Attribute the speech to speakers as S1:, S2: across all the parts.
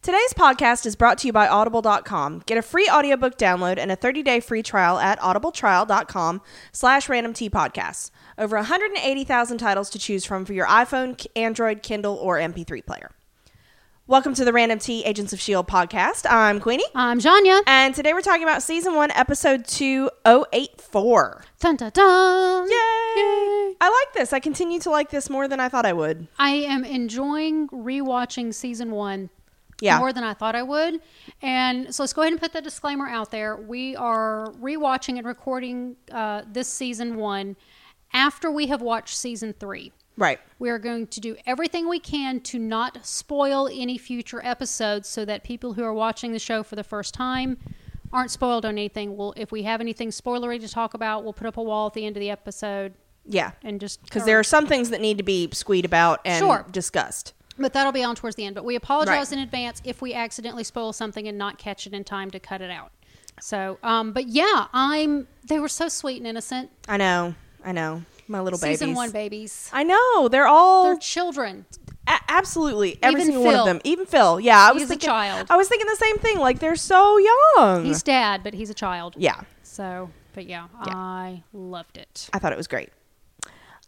S1: Today's podcast is brought to you by Audible.com. Get a free audiobook download and a 30-day free trial at audibletrial.com slash randomtpodcasts. Over 180,000 titles to choose from for your iPhone, K- Android, Kindle, or MP3 player. Welcome to the Random T Agents of S.H.I.E.L.D. E podcast. I'm Queenie.
S2: I'm Janya.
S1: And today we're talking about Season 1, Episode 2084.
S2: Dun dun dun.
S1: Yay!
S2: Yay.
S1: I like this. I continue to like this more than I thought I would.
S2: I am enjoying rewatching season one
S1: Yeah.
S2: more than I thought I would. And so let's go ahead and put the disclaimer out there. We are rewatching and recording uh, this season one after we have watched season three.
S1: right.
S2: We are going to do everything we can to not spoil any future episodes so that people who are watching the show for the first time aren't spoiled on anything. We'll, if we have anything spoilery to talk about, we'll put up a wall at the end of the episode
S1: Yeah.
S2: and just
S1: Because
S2: or-
S1: there are some things that need to be squeed about and
S2: Sure.
S1: discussed.
S2: But that'll be on towards the end. But we apologize
S1: Right.
S2: in advance if we accidentally spoil something and not catch it in time to cut it out. So, um, but yeah, I'm. They were so sweet and innocent.
S1: I know. I know. My little
S2: Season
S1: babies. Oh. Mm-hmm.
S2: one babies.
S1: I know. They're all
S2: They're children.
S1: a- absolutely every
S2: Even
S1: single one of
S2: Phil.
S1: them. Even Phil. Yeah, I was
S2: He's a
S1: thinking,
S2: child.
S1: I was thinking the same thing. Like they're so young.
S2: He's dad, but he's a child.
S1: yeah.
S2: So, but yeah, I loved it.
S1: I thought it was great.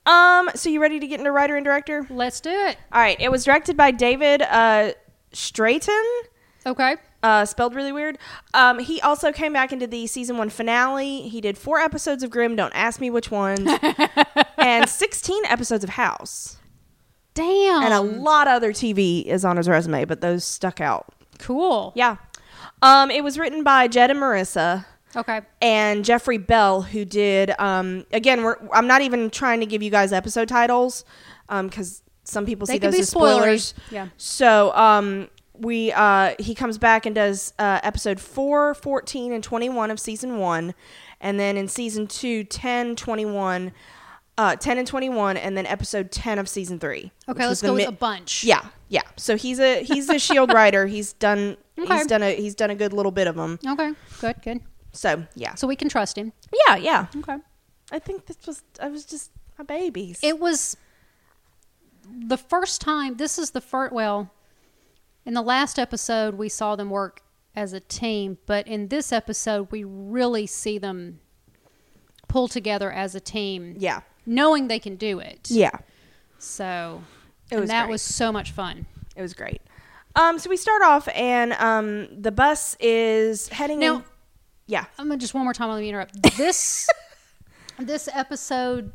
S1: Um. So you ready to get into writer and director?
S2: Let's do it.
S1: All right. It was directed by David uh, Strayton.
S2: Okay.
S1: uh, spelled really weird. Um, he also came back and did the season one finale. He did four episodes of Grimm. Don't ask me which ones, and sixteen episodes of House,
S2: Damn.
S1: and a lot of other TV is on his resume, but those stuck out.
S2: cool.
S1: Yeah, um, it was written by Jed and Marissa
S2: Okay.
S1: and Jeffrey Bell, who did um, again. We're, I'm not even trying to give you guys episode titles because some people
S2: They
S1: see
S2: could
S1: those
S2: be
S1: as spoilers.
S2: spoilery. Yeah.
S1: So um, we uh, he comes back and does uh, episode 4, 14, and 21 of season one, and then in season two, 10, 21. Uh, 10 and 21 and then episode 10 of season 3 which
S2: Okay.
S1: was
S2: Let's
S1: the
S2: go
S1: mi-
S2: with a bunch.
S1: yeah yeah so he's a he's a shield writer he's done
S2: Okay.
S1: he's done a he's done a good little bit of them
S2: Okay. Good. Good.
S1: so yeah
S2: So we can trust him.
S1: yeah yeah
S2: Okay.
S1: I think this was I was just my babies.
S2: it was the first time this is the first well in the last episode we saw them work as a team but in this episode we really see them pull together as a team
S1: yeah.
S2: knowing they can do it
S1: Yeah.
S2: so
S1: It
S2: and
S1: was
S2: that
S1: great.
S2: was so much fun
S1: It was great. Um so we start off and um the bus is heading
S2: Now-
S1: in- Yeah.
S2: i'm gonna just one more time let me interrupt this this episode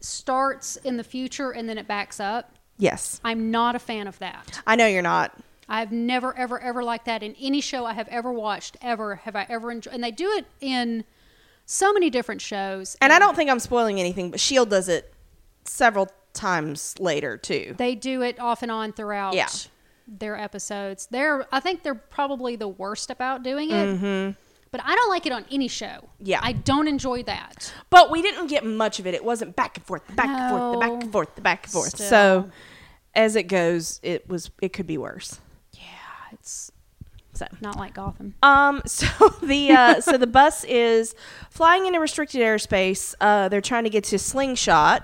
S2: starts in the future and then it backs up
S1: Yes.
S2: i'm not a fan of that
S1: I know you're not.
S2: I've never, ever, ever liked that in any show I have ever watched. Ever have I ever enjoyed? And they do it in so many different shows.
S1: And I don't think I'm spoiling anything, but Shield does it several times later too.
S2: They do it off and on throughout
S1: Yeah.
S2: their episodes. They're, I think, they're probably the worst about doing it. But I don't like it on any show.
S1: Mm-hmm. Yeah.
S2: I don't enjoy that.
S1: But we didn't get much of it. It wasn't back and forth, the back and forth, the back and
S2: No.
S1: forth, the back and forth.
S2: Still.
S1: So as it goes, it was it could be worse.
S2: Yeah, it's
S1: So
S2: not like Gotham.
S1: Um. So the uh, so the bus is flying into restricted airspace. Uh, they're trying to get to Slingshot.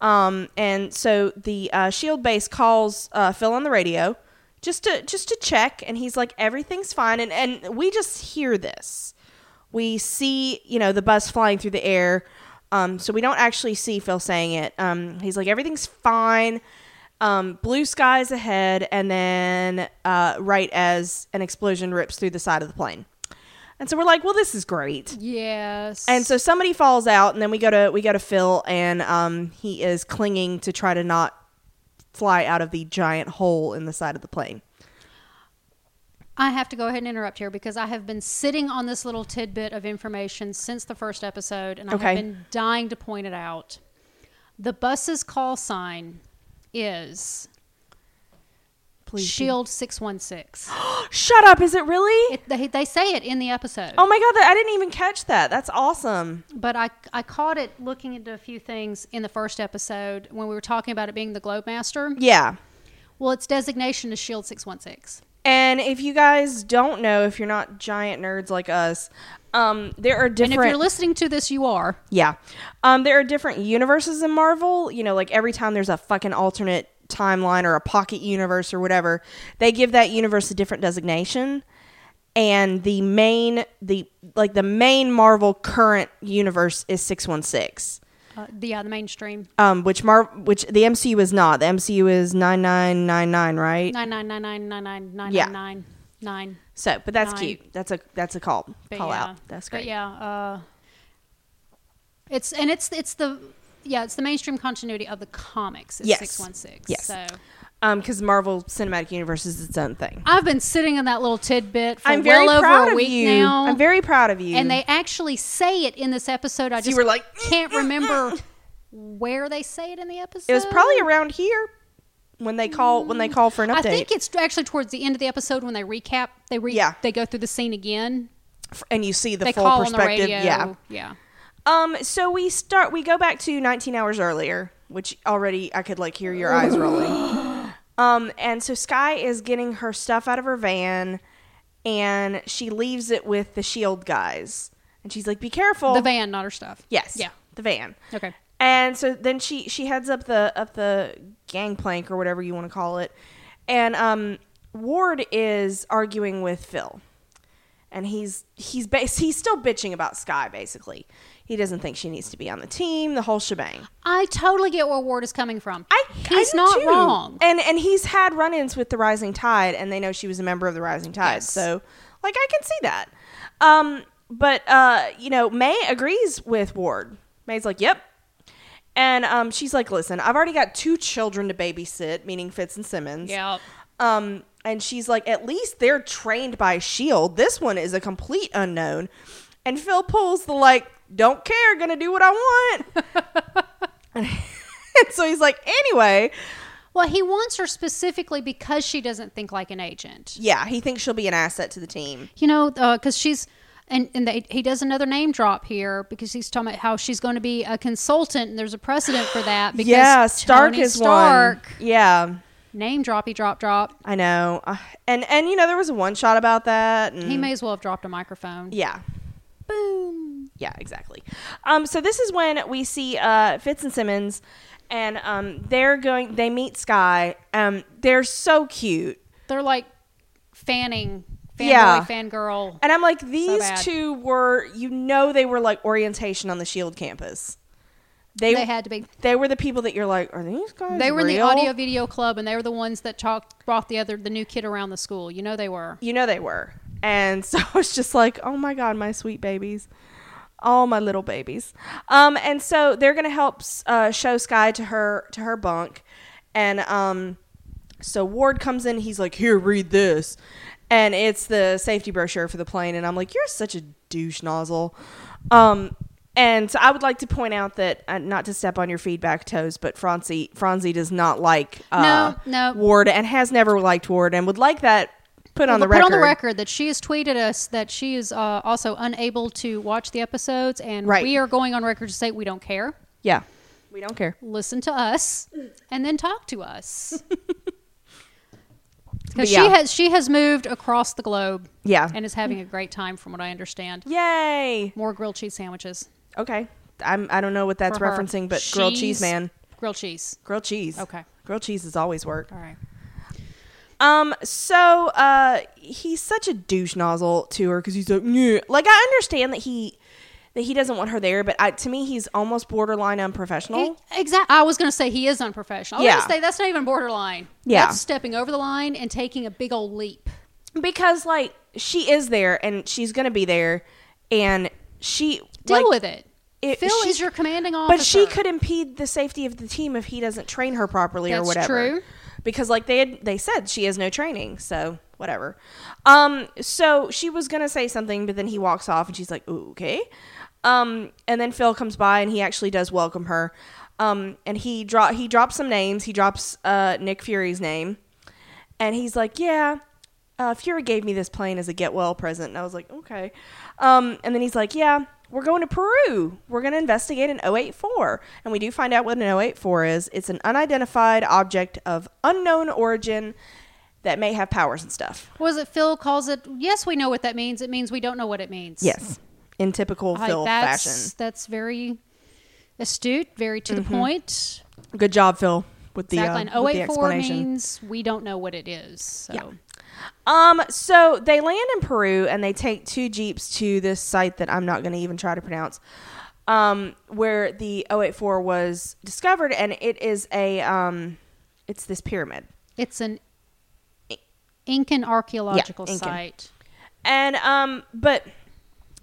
S1: Um. And so the uh, Shield base calls uh, Phil on the radio just to just to check, and he's like, "Everything's fine." And and we just hear this. We see you know the bus flying through the air. Um. So we don't actually see Phil saying it. Um. He's like, "Everything's fine." um, blue skies ahead, and then uh, right as an explosion rips through the side of the plane. And so we're like, well, this is great.
S2: Yes.
S1: And so somebody falls out, and then we go to we go to Phil, and um, he is clinging to try to not fly out of the giant hole in the side of the plane.
S2: I have to go ahead and interrupt here because I have been sitting on this little tidbit of information since the first episode, and I
S1: Okay.
S2: have been dying to point it out. The bus's call sign is
S1: Please,
S2: Shield six one six.
S1: shut up! Is it really?
S2: They they say it in the episode,
S1: oh my god! That, I didn't even catch that. That's awesome.
S2: but I I caught it looking into a few things in the first episode when we were talking about it being the Globemaster.
S1: Yeah.
S2: Well, its designation is Shield six one six.
S1: And if you guys don't know, if you're not giant nerds like us, um, there are
S2: And if
S1: different.
S2: you're listening to this, you are.
S1: Yeah. Um, there are different universes in Marvel. You know, like every time there's a fucking alternate timeline or a pocket universe or whatever, they give that universe a different designation. And the main, the like the main Marvel current universe is six one six,
S2: Uh, the, yeah, the mainstream
S1: um, which Mar, which the MCU is not. The MCU is nine nine nine nine, right?
S2: nine nine nine nine nine nine nine
S1: Yeah.
S2: nine nine nine.
S1: So, but that's
S2: Nine.
S1: cute. That's a that's a call
S2: But
S1: call
S2: yeah.
S1: out. That's
S2: But
S1: great.
S2: yeah, uh, it's and it's it's the yeah it's the mainstream continuity of the comics. It's
S1: Yes.
S2: six one six.
S1: Yes.
S2: So
S1: Um, because Marvel Cinematic Universe is its own thing.
S2: I've been sitting on that little tidbit for
S1: I'm
S2: well
S1: very
S2: over
S1: proud
S2: a
S1: of
S2: week
S1: you.
S2: now.
S1: I'm very proud of you.
S2: and they actually say it in this episode. I
S1: So
S2: just
S1: you were like, "Mm,
S2: can't
S1: mm,
S2: remember where they say it in the episode.
S1: it was probably around here when they call when they call for an update.
S2: I think it's actually towards the end of the episode when they recap. They re-
S1: Yeah.
S2: they go through the scene again.
S1: F- and you see the
S2: They
S1: full
S2: call on the
S1: perspective.
S2: radio.
S1: Yeah.
S2: yeah.
S1: Um. So we start. We go back to 19 hours earlier, which already I could like hear your eyes rolling. Um. And so Sky is getting her stuff out of her van, and she leaves it with the Shield guys, and she's like, "Be careful."
S2: The van, not her stuff.
S1: Yes.
S2: Yeah.
S1: The van.
S2: Okay.
S1: And so then she she heads up the up the gangplank or whatever you want to call it, and um, Ward is arguing with Phil, and he's he's ba- he's still bitching about Sky basically. He doesn't think she needs to be on the team, the whole shebang.
S2: I totally get where Ward is coming from.
S1: I
S2: he's
S1: I do
S2: not
S1: too.
S2: wrong.
S1: and and he's had run-ins with the Rising Tide, and they know she was a member of the Rising Tide, so like I can see that. Um, but uh, you know, May agrees with Ward. May's like, "Yep," and um, she's like, "Listen, I've already got two children to babysit, meaning Fitz and Simmons."
S2: Yeah.
S1: Um, and she's like, at least they're trained by S.H.I.E.L.D. E This one is a complete unknown. And Phil pulls the, like, don't care, gonna do what I want. and so he's like, anyway,
S2: Well, he wants her specifically because she doesn't think like an agent.
S1: yeah, he thinks she'll be an asset to the team.
S2: You know, because she's. And, and they, he does another name drop here because he's talking about how she's going to be a consultant, and there's a precedent for that. Because
S1: yeah, Stark
S2: Tony
S1: is
S2: Stark,
S1: one. Yeah,
S2: Name droppy drop drop.
S1: I know. Uh, and and you know there was a one shot about that. And,
S2: He may as well have dropped a microphone.
S1: Mm-hmm. yeah,
S2: Boom.
S1: Yeah, exactly. Um, so this is when we see uh, Fitz and Simmons, and um, they're going. They meet Sky. Um, they're so cute,
S2: They're like fanning, fan
S1: Yeah.
S2: boy, fangirl.
S1: and I'm like, these
S2: bad.
S1: two were. You know, they were like orientation on the Shield E campus. They
S2: They had to be.
S1: they were the people that you're like, are these guys?
S2: They were in the
S1: real?"
S2: audio video club, and they were the ones that talked, brought the other, the new kid around the school. You know they were.
S1: You know they were, and so I was just like, oh my god, my sweet babies. All my little babies, um, and so they're gonna help uh, show Sky to her to her bunk, and um, So Ward comes in, he's like, Here, read this. And it's the safety brochure for the plane. And I'm like, You're such a douche nozzle. Um, and so I would like to point out that, uh, not to step on your feedback toes, but Francie, Francie does not like uh,
S2: No, no.
S1: Ward and has never liked Ward and would like that put on the
S2: Put
S1: record.
S2: on the record that she has tweeted us that she is uh, also unable to watch the episodes, and
S1: Right.
S2: we are going on record to say we don't care.
S1: Yeah. We don't care.
S2: Listen to us, and then talk to us.
S1: But
S2: Because she
S1: yeah.
S2: has she has moved across the globe,
S1: Yeah.
S2: and is having a great time, from what I understand.
S1: Yay.
S2: More grilled cheese sandwiches.
S1: Okay. I'm, I don't know what that's
S2: for her.
S1: referencing, but grilled cheese, man.
S2: Grilled cheese.
S1: Grilled cheese.
S2: Okay.
S1: Grilled cheese has always worked.
S2: All right.
S1: Um, so uh, he's such a douche nozzle to her because he's like, "Nyeh." like I understand that he that he doesn't want her there, but I, to me, he's almost borderline unprofessional.
S2: Exactly. I was going to say he is unprofessional. I was
S1: Yeah.
S2: going to say that's not even borderline.
S1: Yeah.
S2: That's stepping over the line and taking a big old leap.
S1: because like she is there and she's gonna be there, and she
S2: Deal
S1: like,
S2: with it.
S1: it-
S2: Phil
S1: she-
S2: is your commanding officer.
S1: But she could impede the safety of the team if he doesn't train her properly or
S2: That's
S1: whatever.
S2: true.
S1: Because like they had, they said she has no training, so whatever. Um so she was going to say something but then he walks off and she's like, "Ooh, "Okay." Um and then Phil comes by and he actually does welcome her. Um and he draw he drops some names. He drops uh Nick Fury's name. And he's like, "Yeah, uh, Fury gave me this plane as a get well present. And I was like, okay. Um, and then he's like, yeah, we're going to Peru. We're going to investigate an 084. And we do find out what an 084 is it's an unidentified object of unknown origin that may have powers and stuff.
S2: Was it Phil calls it? Yes, we know what that means. It means we don't know what it means.
S1: Yes. In typical
S2: Like,
S1: Phil
S2: that's,
S1: fashion.
S2: That's very astute, very to the point.
S1: Good job, Phil. with the,
S2: Exactly. oh
S1: uh,
S2: and
S1: with the
S2: 084
S1: explanation.
S2: means we don't know what it is. So
S1: Yeah. Um, so they land in Peru and they take two jeeps to this site that I'm not going to even try to pronounce, um, where the 084 was discovered, and it is a um, it's this pyramid,
S2: it's an Incan archaeological
S1: Incan.
S2: site.
S1: and um, but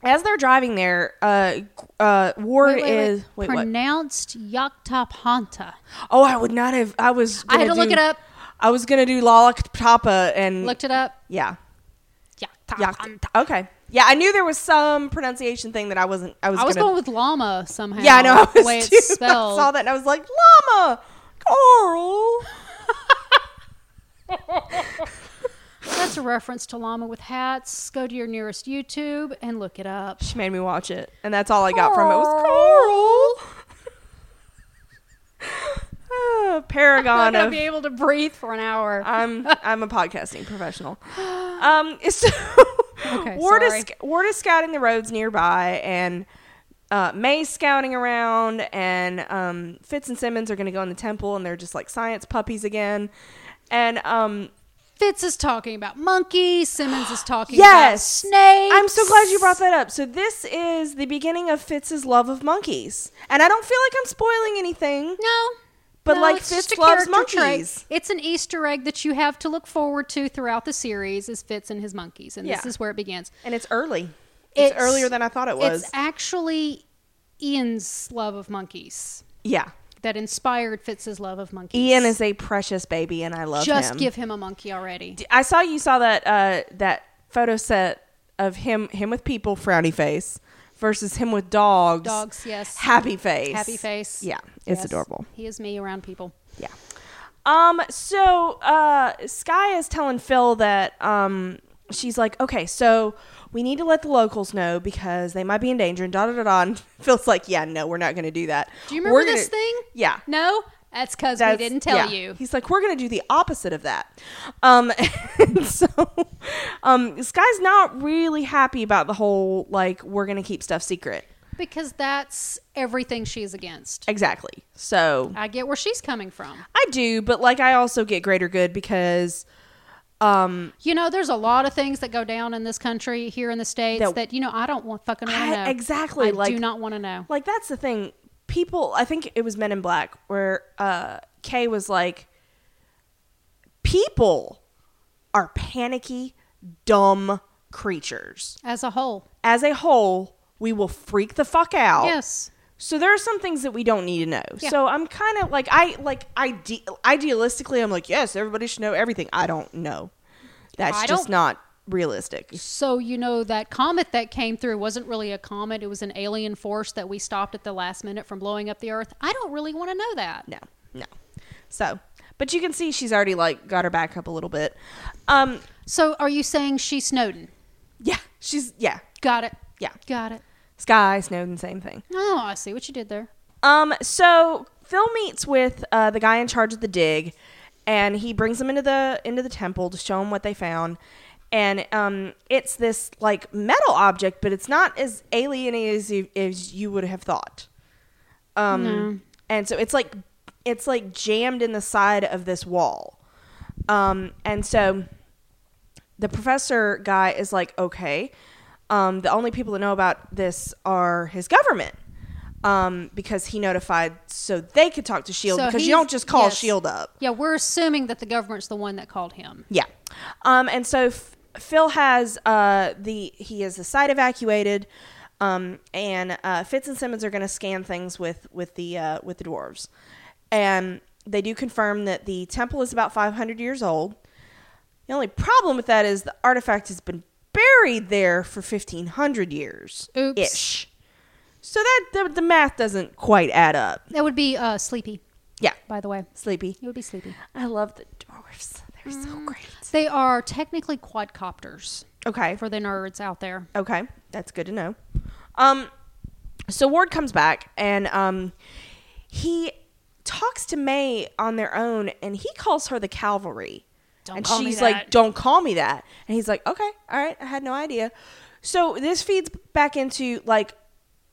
S1: as they're driving there, uh, uh, Ward is wait, what?
S2: pronounced Yaktapanta.
S1: Oh, I would not have. I was.
S2: I had
S1: gonna
S2: to look
S1: do-
S2: it up.
S1: I was gonna do Lalakatapa and
S2: Looked Ah, um, it up.
S1: yeah, yeah.
S2: Yaktapanta.
S1: Okay, yeah. I knew there was some pronunciation thing that I wasn't. I was.
S2: I was
S1: gonna,
S2: going with llama somehow.
S1: Yeah, I know. I
S2: the
S1: was
S2: way it's
S1: too. I
S2: spelled.
S1: saw that and I was like, llama, Carl.
S2: That's a reference to llama with hats. Go to your nearest YouTube and look it up.
S1: She made me watch it, and that's all I got from it was Carl. Ah,
S2: I'm not
S1: Paragon
S2: gonna
S1: of
S2: be able to breathe for an hour.
S1: I'm I'm a podcasting professional. Um, so
S2: Okay,
S1: Ward, is,
S2: sorry.
S1: sc- Ward is scouting the roads nearby, and uh, May's scouting around, and um, Fitz and Simmons are going to go in the temple, and they're just like science puppies again. And um,
S2: Fitz is talking about monkeys. Simmons is talking
S1: Yes.
S2: about snakes.
S1: I'm so glad you brought that up. So this is the beginning of Fitz's love of monkeys, and I don't feel like I'm spoiling anything.
S2: No.
S1: But,
S2: No,
S1: like,
S2: it's just
S1: Fitz
S2: a
S1: loves
S2: character trait.
S1: monkeys.
S2: It's an Easter egg that you have to look forward to throughout the series is Fitz and his monkeys. And this
S1: Yeah.
S2: is where it begins.
S1: And it's early. It's, earlier than I thought it was.
S2: It's actually Ian's love of monkeys
S1: yeah.
S2: that inspired Fitz's love of monkeys.
S1: Ian is a precious baby, and I love
S2: just
S1: him.
S2: give him a monkey already.
S1: I saw you saw that uh, that photo set of him him with people frowny face versus him with dogs
S2: Dogs, yes.
S1: happy face
S2: Happy face.
S1: yeah it's
S2: Yes.
S1: adorable
S2: He is me around people.
S1: yeah um so uh Sky is telling Phil that um she's like okay so we need to let the locals know because they might be in danger and da da da da and Phil's like yeah no we're not going to do that
S2: Do you remember
S1: We're
S2: this
S1: gonna-
S2: thing?
S1: yeah
S2: No? That's because we
S1: that's-
S2: didn't tell
S1: yeah.
S2: you.
S1: He's like, we're going to do the opposite of that. Um, and so, um, this guy's not really happy about the whole like we're going to keep stuff secret.
S2: Because that's everything she's against.
S1: Exactly. So
S2: I get where she's coming from.
S1: I do, but like I also get greater good because, um,
S2: You know, there's a lot of things that go down in this country, here in the states,
S1: That-
S2: that, you know I don't want fucking want to
S1: I-
S2: know.
S1: exactly,
S2: I
S1: like-
S2: do not want to know.
S1: like that's the thing. People, I think it was Men in Black where uh, Kay was like, people are panicky, dumb creatures.
S2: As a whole,
S1: As a whole, we will freak the fuck out.
S2: yes,
S1: So there are some things that we don't need to know.
S2: Yeah.
S1: So I'm kind of like I like ide- idealistically I'm like yes everybody should know everything. I don't know. That's
S2: I
S1: just
S2: don't-
S1: not realistic.
S2: So, you know, that comet that came through wasn't really a comet. It was an alien force that we stopped at the last minute from blowing up the Earth. I don't really want to know that.
S1: No. No. So, but you can see she's already like got her back up a little bit. Um
S2: So, are you saying she's Snowden?
S1: yeah, she's yeah.
S2: Got it.
S1: Yeah.
S2: Got it.
S1: Sky Snowden same thing.
S2: Oh, I see what you did there.
S1: Um, so Phil meets with uh, the guy in charge of the dig, and he brings him into the into the temple to show him what they found. And um, it's this like metal object, but it's not as alien as you, as you would have thought. Um, and so it's like it's like jammed in the side of this wall. Um, and so the professor guy is like, okay, um, the only people that know about this are his government um, because he notified so they could talk to Shield
S2: So
S1: E because you
S2: he's-
S1: don't just call
S2: yes.
S1: Shield E up.
S2: Yeah, we're assuming that the government's the one that called him.
S1: Yeah. Um, and so F- Phil has uh, the he has the site evacuated, um, and uh, Fitz and Simmons are going to scan things with with the uh, with the dwarves, and they do confirm that the temple is about 500 years old. The only problem with that is the artifact has been buried there for 1500 years
S2: Oops.
S1: ish. So that the, the math doesn't quite add up.
S2: That would be uh, Sleepy,
S1: Yeah,
S2: by the way.
S1: sleepy. Mm.
S2: It would be Sleepy.
S1: I love the dwarves. They're so great.
S2: They are technically quadcopters
S1: Okay.
S2: for the nerds out there.
S1: Okay, that's good to know. Um, so Ward comes back and um, he talks to May on their own, and he calls her the cavalry.
S2: Don't
S1: and
S2: call me
S1: she's like,
S2: that.
S1: "Don't call me that." And he's like, "Okay, all right, I had no idea." So this feeds back into like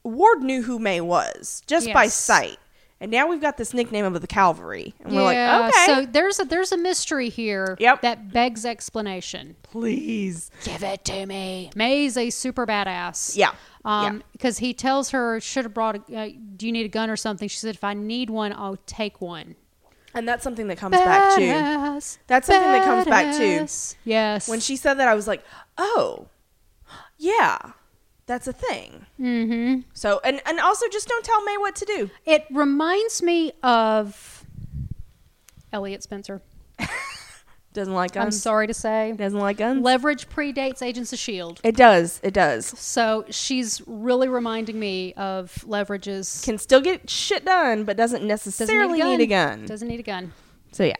S1: Ward knew who May was just by
S2: Yes.
S1: sight, And now we've got this nickname of the Calvary, and we're
S2: yeah,
S1: like, okay,
S2: So there's a there's a mystery here
S1: Yep.
S2: that begs explanation.
S1: please,
S2: Give it to me. May's a super badass.
S1: yeah,
S2: Um, because he tells her, should have brought. A, uh, do you need a gun or something? She said, if I need one, I'll take one.
S1: and that's something that comes back to
S2: Badass,
S1: that's something that comes back to-
S2: badass. Yes.
S1: when she said that. I was like, oh, yeah, that's a thing.
S2: Mm-hmm.
S1: So, and and also, just don't tell May what to do.
S2: It reminds me of Elliot Spencer.
S1: Doesn't like
S2: I'm
S1: guns.
S2: sorry to say.
S1: Doesn't like guns.
S2: Leverage predates Agents of S.H.I.E.L.D.
S1: it does. It does.
S2: E So she's really reminding me of Leverage's.
S1: Can still get shit done, but doesn't necessarily need a gun.
S2: Doesn't need a gun.
S1: So yeah.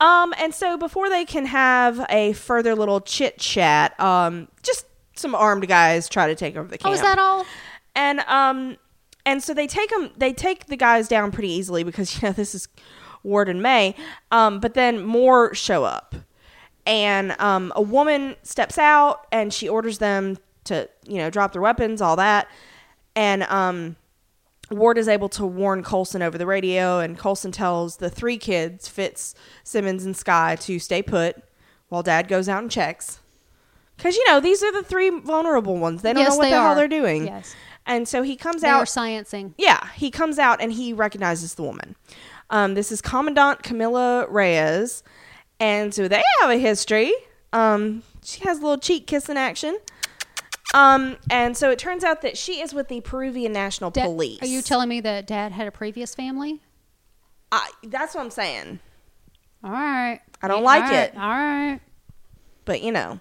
S1: Um, and so before they can have a further little chit chat, um, just some armed guys try to take over the camp.
S2: Oh, is that all?
S1: And um, and so they take them. They take the guys down pretty easily because you know this is Ward and May. Um, but then more show up, and um, a woman steps out and she orders them to you know drop their weapons, all that, and um. Ward is able to warn Colson over the radio, and Colson tells the three kids, Fitz, Simmons, and Sky, to stay put while Dad goes out and checks. Because, you know, these are the three vulnerable ones. They don't
S2: Yes,
S1: know what
S2: they
S1: the hell
S2: are.
S1: they're doing.
S2: Yes.
S1: And so he comes
S2: They
S1: out.
S2: are sciencing.
S1: Yeah, he comes out and he recognizes the woman. Um, this is Commandant Camilla Reyes, and so they have a history. Um, she has a little cheek kissing action. Um, and so it turns out that she is with the Peruvian National
S2: Da-
S1: Police.
S2: Are you telling me that Dad had a previous family?
S1: I, that's what I'm saying.
S2: All right.
S1: I don't
S2: All
S1: like
S2: right,
S1: it.
S2: All right.
S1: But you know,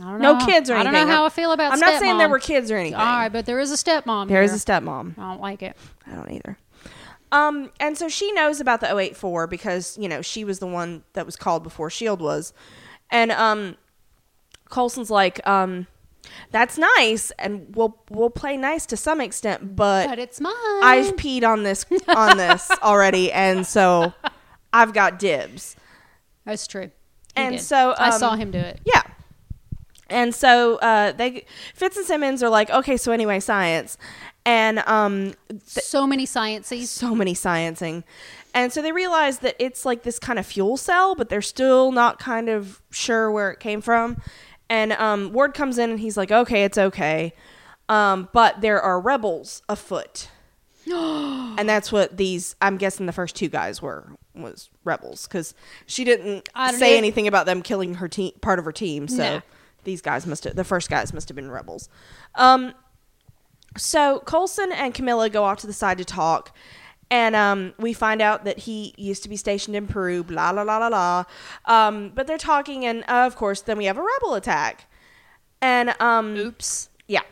S2: I don't
S1: No
S2: know.
S1: kids or
S2: I don't know
S1: anything.
S2: how I feel about.
S1: I'm not saying there
S2: stepmom.
S1: were kids or anything.
S2: All right, but there is a stepmom.
S1: There
S2: here.
S1: is a stepmom.
S2: I don't like it.
S1: I don't either. Um, and so she knows about the 084 because, you know, she was the one that was called before S.H.I.E.L.D. E was. And um, Colson's like, um, that's nice and we'll we'll play nice to some extent, but
S2: But um, it's mine.
S1: I've peed on this on this already and so I've got dibs.
S2: That's true. He
S1: And
S2: did.
S1: so,
S2: I
S1: um,
S2: saw him do it.
S1: Yeah. And so uh, they Fitz and Simmons are like, okay, so anyway, science. And um,
S2: so many sciences.
S1: so many sciencing. And so they realize that it's like this kind of fuel cell, but they're still not kind of sure where it came from. And um, Ward comes in and he's like, okay, it's okay. Um, but there are rebels afoot. and that's what these, I'm guessing the first two guys were, was rebels. Because she didn't
S2: I don't
S1: say
S2: know.
S1: anything about them killing her team, part of her team. So
S2: No.
S1: these guys must have, the first guys must have been rebels. Um, so Colson and Camilla go off to the side to talk, and um, we find out that he used to be stationed in Peru. Blah la la la la. Um, but they're talking, and uh, of course, then we have a rebel attack, and um,
S2: Oops.
S1: yeah.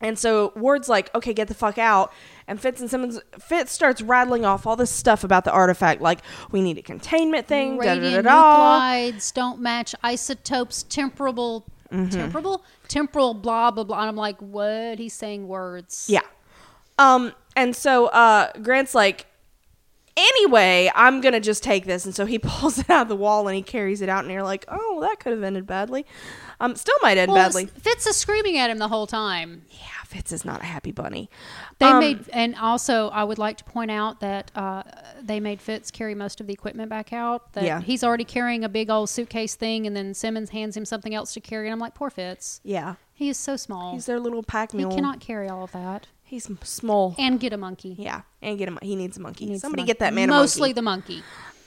S1: And so Ward's like, okay, get the fuck out. And Fitz and Simmons, Fitz starts rattling off all this stuff about the artifact, like we need a containment thing, da da da da.
S2: Radionuclides don't match isotopes. Temporal,
S1: Mm-hmm.
S2: temporal, temporal. Blah blah blah. And I'm like, what? He's saying words.
S1: Yeah. Um, and so uh, Grant's like, anyway, I'm going to just take this. And so he pulls it out of the wall and he carries it out. And you're like, oh, that could have ended badly. Um, still might end
S2: Well,
S1: badly.
S2: S- Fitz is screaming at him the whole time.
S1: yeah, Fitz is not a happy bunny.
S2: They
S1: Um,
S2: made, and also I would like to point out that uh, they made Fitz carry most of the equipment back out. That
S1: Yeah.
S2: he's already carrying a big old suitcase thing, and then Simmons hands him something else to carry, and I'm like, poor Fitz.
S1: Yeah.
S2: He is so small.
S1: He's their little pack
S2: he
S1: mule.
S2: cannot carry all of that
S1: He's m- small.
S2: and get a monkey.
S1: yeah. And get him. He needs a monkey.
S2: He needs a
S1: Somebody
S2: monkey.
S1: get that man
S2: Mostly
S1: a monkey.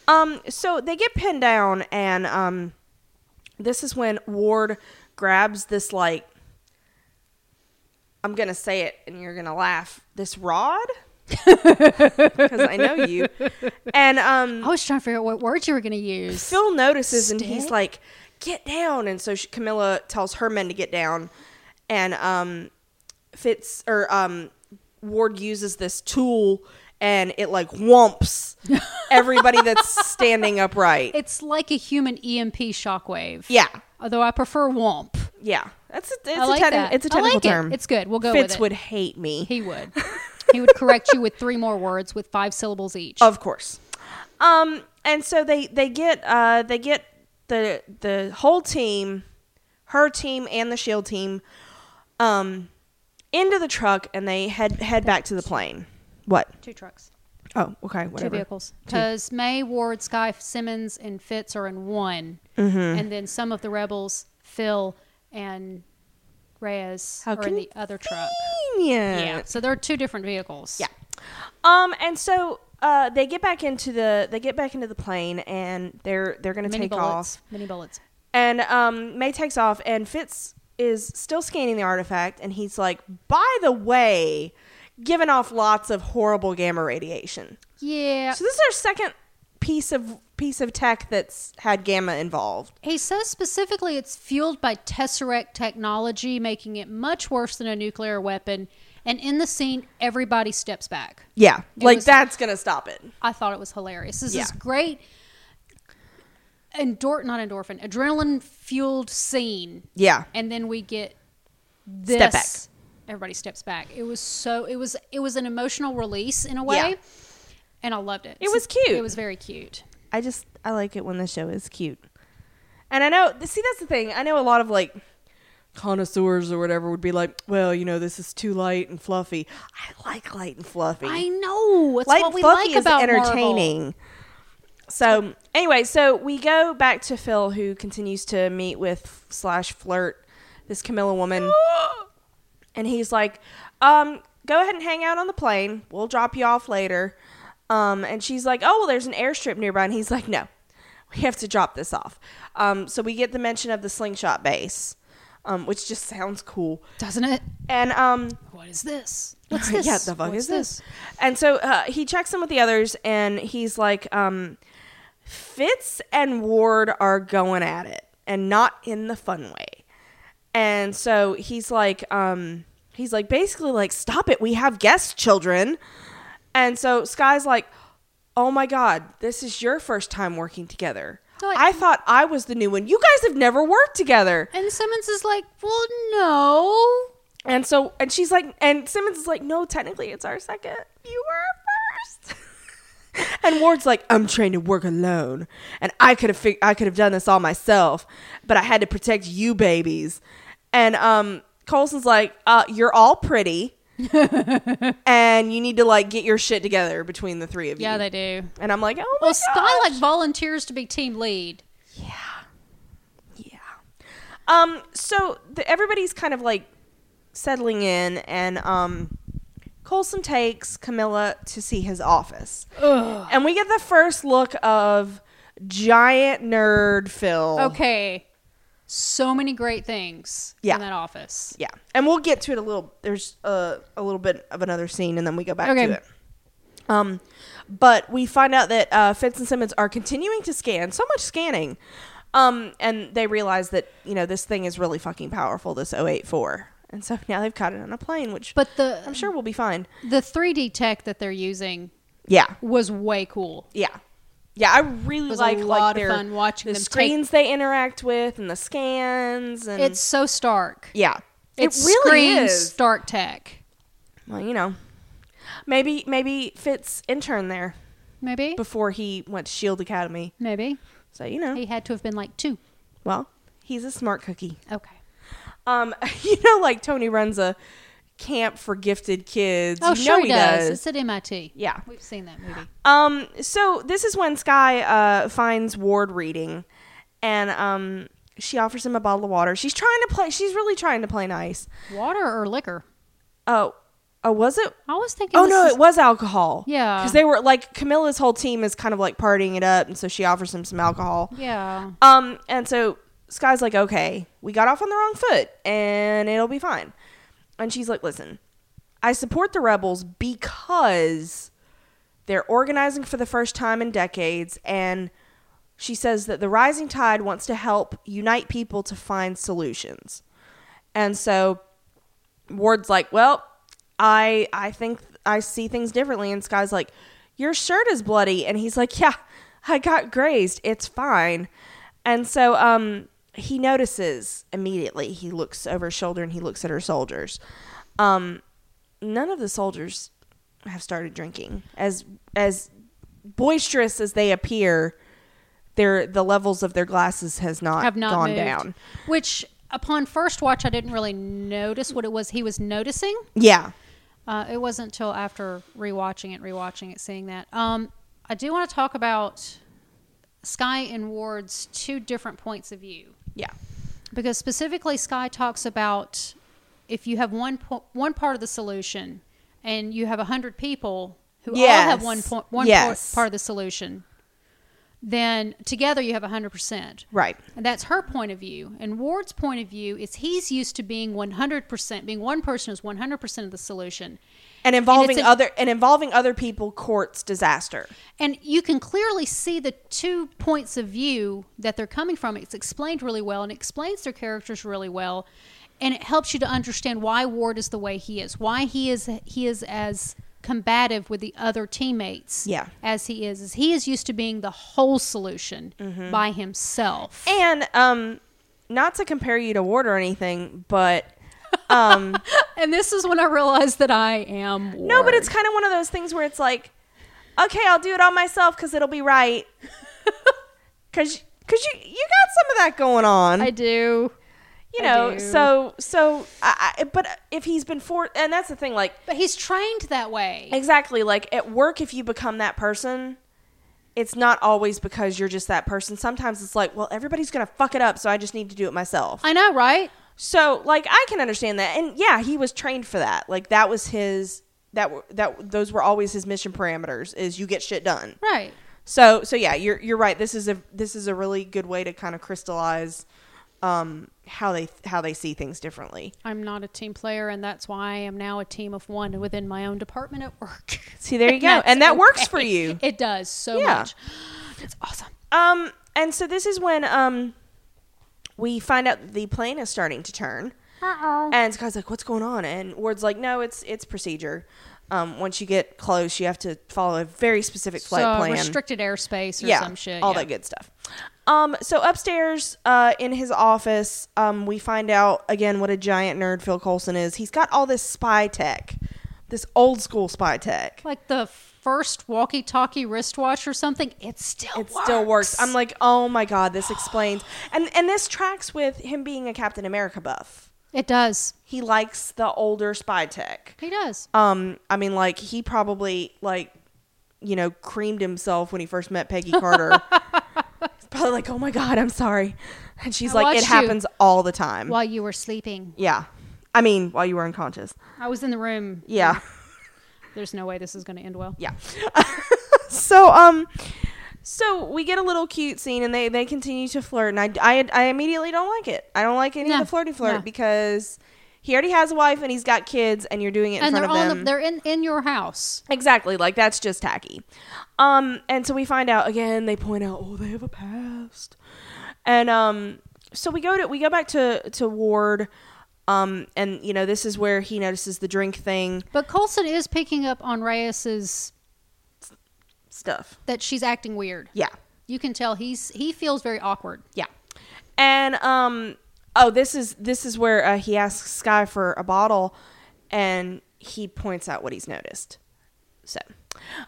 S2: the
S1: Um,
S2: monkey.
S1: so they get pinned down, and um, this is when Ward grabs this like. I'm gonna say it, and you're gonna laugh. This rod, because I know you. And um,
S2: I was trying to figure out what words you were going to use.
S1: Phil notices, and he's
S2: Stick?
S1: like, "Get down!" And so she, Camilla tells her men to get down, and um, Fitz or um, Ward uses this tool, and it like whomps everybody that's standing upright.
S2: It's like a human EMP shockwave.
S1: Yeah,
S2: Although I prefer womp.
S1: yeah. That's a, it's
S2: I like
S1: a techni-
S2: that.
S1: it's a
S2: I
S1: technical
S2: like it.
S1: term.
S2: It's good. We'll go with
S1: Fitz
S2: it.
S1: would hate me,
S2: He would. he would correct you with three more words with five syllables each.
S1: of course. Um, and so they they get uh they get the the whole team, her team and the shield E team, um, into the truck and they head head back to the plane. What?
S2: Two trucks.
S1: Oh, okay,
S2: Two
S1: whatever.
S2: vehicles. Because May, Ward, Sky, Simmons, and Fitz are in one.
S1: Mm-hmm.
S2: And then some of the rebels, Phil and Reyes,
S1: How
S2: are in the other truck.
S1: Convenient.
S2: Yeah. So there are two different vehicles.
S1: Yeah. Um, and so uh, they get back into the they get back into the plane, and they're they're gonna
S2: Mini
S1: take
S2: bullets.
S1: off.
S2: Mini bullets.
S1: And um, May takes off, and Fitz is still scanning the artifact, and he's like, "By the way, giving off lots of horrible gamma radiation."
S2: Yeah.
S1: So this is our second piece of piece of tech that's had gamma involved.
S2: He says specifically it's fueled by tesseract technology, making it much worse than a nuclear weapon. And in the scene, everybody steps back.
S1: Yeah, like
S2: was-
S1: that's gonna stop it.
S2: I thought it was hilarious. This
S1: Yeah.
S2: is great. Endor- not endorphin, adrenaline fueled scene.
S1: Yeah,
S2: And then we get this.
S1: back.
S2: Everybody steps back. It was so. It was. It was an emotional release in a way,
S1: Yeah.
S2: and I loved it.
S1: It was cute.
S2: It was very cute.
S1: I just I like it when the show is cute. And I know see that's the thing. I know a lot of like connoisseurs or whatever would be like, well, you know, this is too light and fluffy. I like light and fluffy.
S2: I know. It's
S1: light
S2: what
S1: and
S2: we
S1: fluffy
S2: like
S1: is
S2: about Marvel.
S1: entertaining. So anyway, so we go back to Phil who continues to meet with slash flirt this Camilla woman. and he's like, um, go ahead and hang out on the plane. We'll drop you off later. Um, and she's like, oh, well, there's an airstrip nearby. And he's like, no, we have to drop this off. Um, so we get the mention of the slingshot base, um, which just sounds cool.
S2: Doesn't it?
S1: And um,
S2: What is this? What's this?
S1: yeah, the fuck
S2: What's
S1: is this? And so uh, he checks in with the others, and he's like, um, Fitz and Ward are going at it, and not in the fun way. And so he's like, um, he's like, basically like, stop it, we have guests, children. And so Sky's like, oh my god, this is your first time working together.
S2: No, I-
S1: I thought I was the new one. You guys have never worked together.
S2: And Simmons is like, well, no.
S1: And so, and she's like, and Simmons is like, no, technically it's our second. You were first. and Ward's like, I'm trained to work alone, and I could have fig- I could have done this all myself, but I had to protect you babies. And um, Colson's like, uh, you're all pretty, and you need to like get your shit together between the three of you.
S2: Yeah, they do.
S1: and I'm like, oh my
S2: Well,
S1: gosh.
S2: Sky like volunteers to be team lead.
S1: Yeah. Um. So the, everybody's kind of like settling in, and um, Colson takes Camilla to see his office, and we get the first look of giant nerd Phil.
S2: Okay. So many great things
S1: Yeah.
S2: in that office.
S1: Yeah, and we'll get to it a little. There's a a little bit of another scene, and then we go back
S2: Okay.
S1: to it. Um, but we find out that uh, Fitz and Simmons are continuing to scan. So much scanning. Um, and they realize that you know this thing is really fucking powerful. This 084, and so now they've caught it on a plane, which
S2: But the
S1: I'm sure we'll be fine.
S2: the 3D tech that they're using
S1: Yeah,
S2: was way cool.
S1: yeah, yeah. I really
S2: was a
S1: like
S2: lot
S1: like
S2: of
S1: their,
S2: fun watching
S1: the
S2: them take-
S1: screens they interact with and the scans and
S2: It's so Stark.
S1: yeah.
S2: It screams Stark tech.
S1: Well, you know, maybe maybe Fitz interned there
S2: Maybe.
S1: before he went to Shield Academy.
S2: Maybe.
S1: So you know,
S2: He had to have been like two.
S1: well, he's a smart cookie.
S2: Okay.
S1: Um, you know, like Tony runs a camp for gifted kids.
S2: Oh,
S1: you
S2: sure
S1: know
S2: he does. It's at MIT.
S1: Yeah.
S2: We've seen that movie.
S1: Um, so this is when Sky uh, finds Ward reading, and um, she offers him a bottle of water. She's trying to play. She's really trying to play nice.
S2: Water or liquor?
S1: Oh, oh, was it
S2: I was thinking.
S1: Oh
S2: this
S1: no,
S2: is-
S1: it was alcohol.
S2: Yeah.
S1: because they were like Camilla's whole team is kind of like partying it up, and so she offers him some alcohol.
S2: Yeah.
S1: Um, and so Sky's like, "Okay, we got off on the wrong foot, and it'll be fine." And she's like, "Listen, I support the rebels because they're organizing for the first time in decades, and." She says that the rising tide wants to help unite people to find solutions. And so Ward's like, "Well, I I think I see things differently." And Sky's like, "Your shirt is bloody." And he's like, "Yeah, I got grazed. It's fine." And so um he notices immediately. He looks over his shoulder and he looks at her soldiers. Um none of the soldiers have started drinking. As as boisterous as they appear, their the levels of their glasses has not,
S2: have not
S1: gone
S2: moved.
S1: down.
S2: Which, upon first watch, I didn't really notice what it was he was noticing.
S1: Yeah.
S2: Uh, it wasn't until after rewatching it, rewatching it, seeing that. Um, I do want to talk about Sky and Ward's two different points of view
S1: Yeah.
S2: because specifically Sky talks about if you have one po- one part of the solution and you have a hundred people who all have
S1: Yes.
S2: one point one
S1: Yes.
S2: part, part of the solution, then together you have a hundred percent.
S1: Right.
S2: And that's her point of view. And Ward's point of view is he's used to being 100%, being one person is 100% of the solution.
S1: And involving
S2: an-
S1: other and involving other people courts disaster.
S2: And you can clearly see the two points of view that they're coming from. It's explained really well and explains their characters really well. And it helps you to understand why Ward is the way he is, why he is he is as combative with the other teammates
S1: Yeah.
S2: as he is. Is he is used to being the whole solution
S1: Mm-hmm.
S2: by himself.
S1: And um not to compare you to Ward or anything, but
S2: And this is when I realized that I am Ward.
S1: no, but it's kind of one of those things where it's like, okay, I'll do it all myself because it'll be right. Because because you you got some of that going on.
S2: I do.
S1: you
S2: I
S1: know
S2: do.
S1: so so I, I, but if he's been for and that's the thing like
S2: But he's trained that way.
S1: exactly like at work if you become that person it's not always because you're just that person sometimes it's like well everybody's gonna fuck it up so i just need to do it myself
S2: I know, right?
S1: so like i can understand that and yeah he was trained for that like that was his that were that those were always his mission parameters is you get shit done
S2: Right.
S1: so so yeah, you're you're right. This is a this is a really good way to kind of crystallize um, how they how they see things differently.
S2: I'm not a team player, and that's why I am now a team of one within my own department at work.
S1: See, there you go,
S2: That's
S1: and that works
S2: okay.
S1: for you.
S2: It does so
S1: Yeah.
S2: much. It's awesome.
S1: Um, and so this is when um, we find out that the plane is starting to turn,
S2: Uh-oh.
S1: and Sky's like, "What's going on?" And Ward's like, "No, it's it's procedure. Um, once you get close, you have to follow a very specific flight
S2: So
S1: plan,
S2: restricted airspace or some shit.
S1: all
S2: yeah.
S1: that good stuff. Um, so upstairs uh, in his office, um, we find out again what a giant nerd Phil Coulson is. He's got all this spy tech, this old school spy tech.
S2: Like the first walkie-talkie wristwatch or something. It still
S1: It still works. I'm like, oh my god, this explains. And and this tracks with him being a Captain America buff.
S2: it does.
S1: He likes the older spy tech.
S2: He does.
S1: Um, I mean, like he probably like, you know, creamed himself when he first met Peggy Carter. He's probably like, oh my god, I'm sorry, and she's
S2: I
S1: like, it
S2: watched you.
S1: happens all the time.
S2: While you were sleeping,
S1: Yeah, I mean, while you were unconscious.
S2: I was in the room.
S1: Yeah,
S2: There's no way this is going to end well.
S1: yeah. so um, so we get a little cute scene, and they they continue to flirt, and I I, I immediately don't like it. I don't like any
S2: No,
S1: of the flirty flirt
S2: no.
S1: because he already has a wife and he's got kids, and you're doing it in
S2: and
S1: front
S2: they're
S1: of them.
S2: on. The, they're in in your house.
S1: Exactly, like that's just tacky. Um, and so we find out again. They point out, oh, they have a past, and um, so we go to we go back to to Ward, um, and you know this is where he notices the drink thing
S2: But Colson is picking up on Reyes's
S1: stuff.
S2: that she's acting weird.
S1: Yeah,
S2: You can tell he's he feels very awkward.
S1: yeah, and um, oh, this is this is where uh, he asks Sky for a bottle, and he points out what he's noticed. So,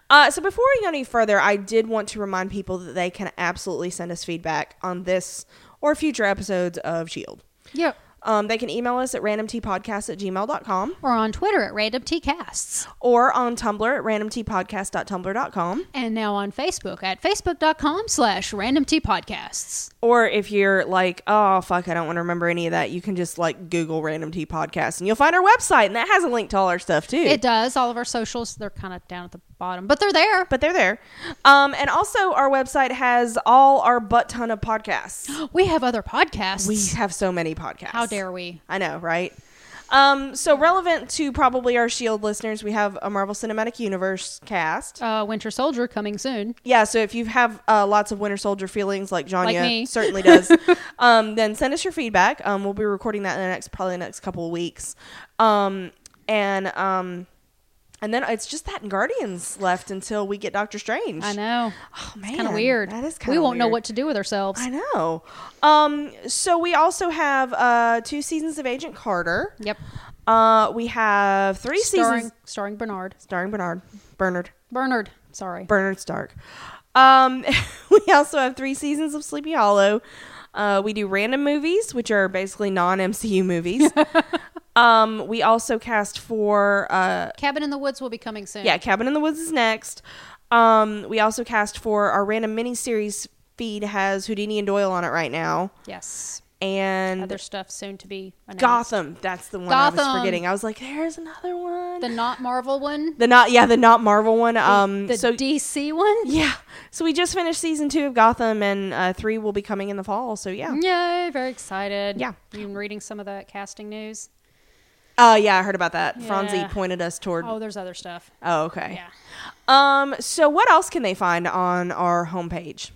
S1: uh, so before we go any further, I did want to remind people that they can absolutely send us feedback on this or future episodes of Shield.
S2: Yeah.
S1: E Um, they can email us at randomtpodcast at gmail.com
S2: Or on Twitter at Random Tea Casts.
S1: or on Tumblr at randomtpodcast.tumblr.com.
S2: And now on Facebook at facebook.com slash random tea podcasts.
S1: Or if you're like, oh, fuck, I don't want to remember any of that, you can just like Google Random Tea Podcast and you'll find our website and that has a link to all our stuff too.
S2: It does. All of our socials, they're kind of down at the bottom, but they're there.
S1: but they're there. Um, and also, our website has all our butt ton of podcasts.
S2: We have other podcasts.
S1: We have so many podcasts.
S2: How dare we?
S1: I know, right? Um, so relevant to probably our Shield E listeners, we have a Marvel Cinematic Universe cast.
S2: Uh, Winter Soldier coming soon.
S1: yeah, so if you have uh, lots of Winter Soldier feelings, like Janya
S2: me.
S1: certainly does, um, then send us your feedback. Um, we'll be recording that in the next probably the next couple of weeks, um, and um, and then it's just that and Guardians left until we get Doctor Strange.
S2: I know.
S1: Oh man,
S2: It's kind of weird.
S1: That is kind
S2: we won't know what to do with ourselves.
S1: I know. Um, so we also have uh, two seasons of Agent Carter.
S2: Yep.
S1: Uh, we have three
S2: Starring,
S1: seasons
S2: starring Bernard.
S1: starring Bernard, Bernard,
S2: Bernard. Sorry.
S1: Bernard Stark. Um, we also have three seasons of Sleepy Hollow. Uh, we do random movies, which are basically non MCU movies. Um, we also cast for uh,
S2: Cabin in the Woods will be coming soon.
S1: yeah, Cabin in the Woods is next. Um, we also cast for our random miniseries feed has Houdini and Doyle on it right now,
S2: Yes.
S1: and
S2: Other stuff soon to be announced.
S1: Gotham. That's the one I was
S2: Gotham.
S1: forgetting. I was like, there's another one.
S2: The
S1: The,
S2: not Marvel one.
S1: not yeah, the not Marvel one. Um,
S2: the
S1: so
S2: DC one.
S1: yeah, so we just finished season two of Gotham, and uh, three will be coming in the fall. So
S2: Mm-hmm.
S1: yeah,
S2: Yay, very excited.
S1: Yeah.
S2: You been reading some of the casting news?
S1: uh, yeah, I heard about that. Franzi
S2: Yeah.
S1: pointed us toward.
S2: Oh, there's other stuff.
S1: Oh, okay.
S2: Yeah.
S1: Um, so what else can they find on our homepage?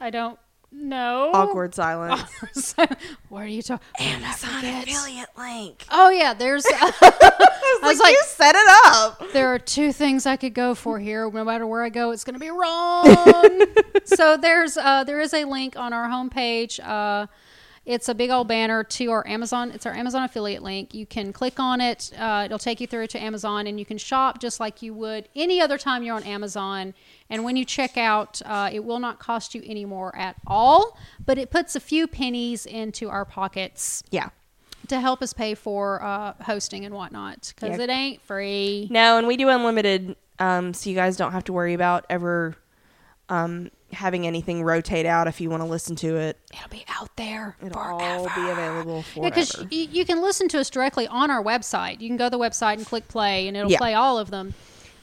S2: I don't know.
S1: Awkward silence.
S2: Oh, so, what are you talking? Amazon
S1: affiliate link.
S2: Oh yeah, there's uh,
S1: I was,
S2: was
S1: like,
S2: like-
S1: you set it up.
S2: there are two things I could go for here. No matter where I go, it's gonna be wrong. so there's uh, there is a link on our homepage. Uh, it's a big old banner to our Amazon. It's our Amazon affiliate link. You can click on it. Uh, it'll take you through to Amazon, and you can shop just like you would any other time you're on Amazon. And when you check out, uh, it will not cost you any more at all, but it puts a few pennies into our pockets.
S1: Yeah.
S2: to help us pay for uh, hosting and whatnot because
S1: Yeah.
S2: it ain't free.
S1: No, and we do unlimited, um, so you guys don't have to worry about ever um, having anything rotate out if you want to listen to it.
S2: It'll be out there
S1: It'll
S2: forever.
S1: all be available
S2: Yeah,
S1: forever.
S2: because you, you can listen to us directly on our website. You can go to the website and click play, and it'll
S1: Yeah.
S2: play all of them,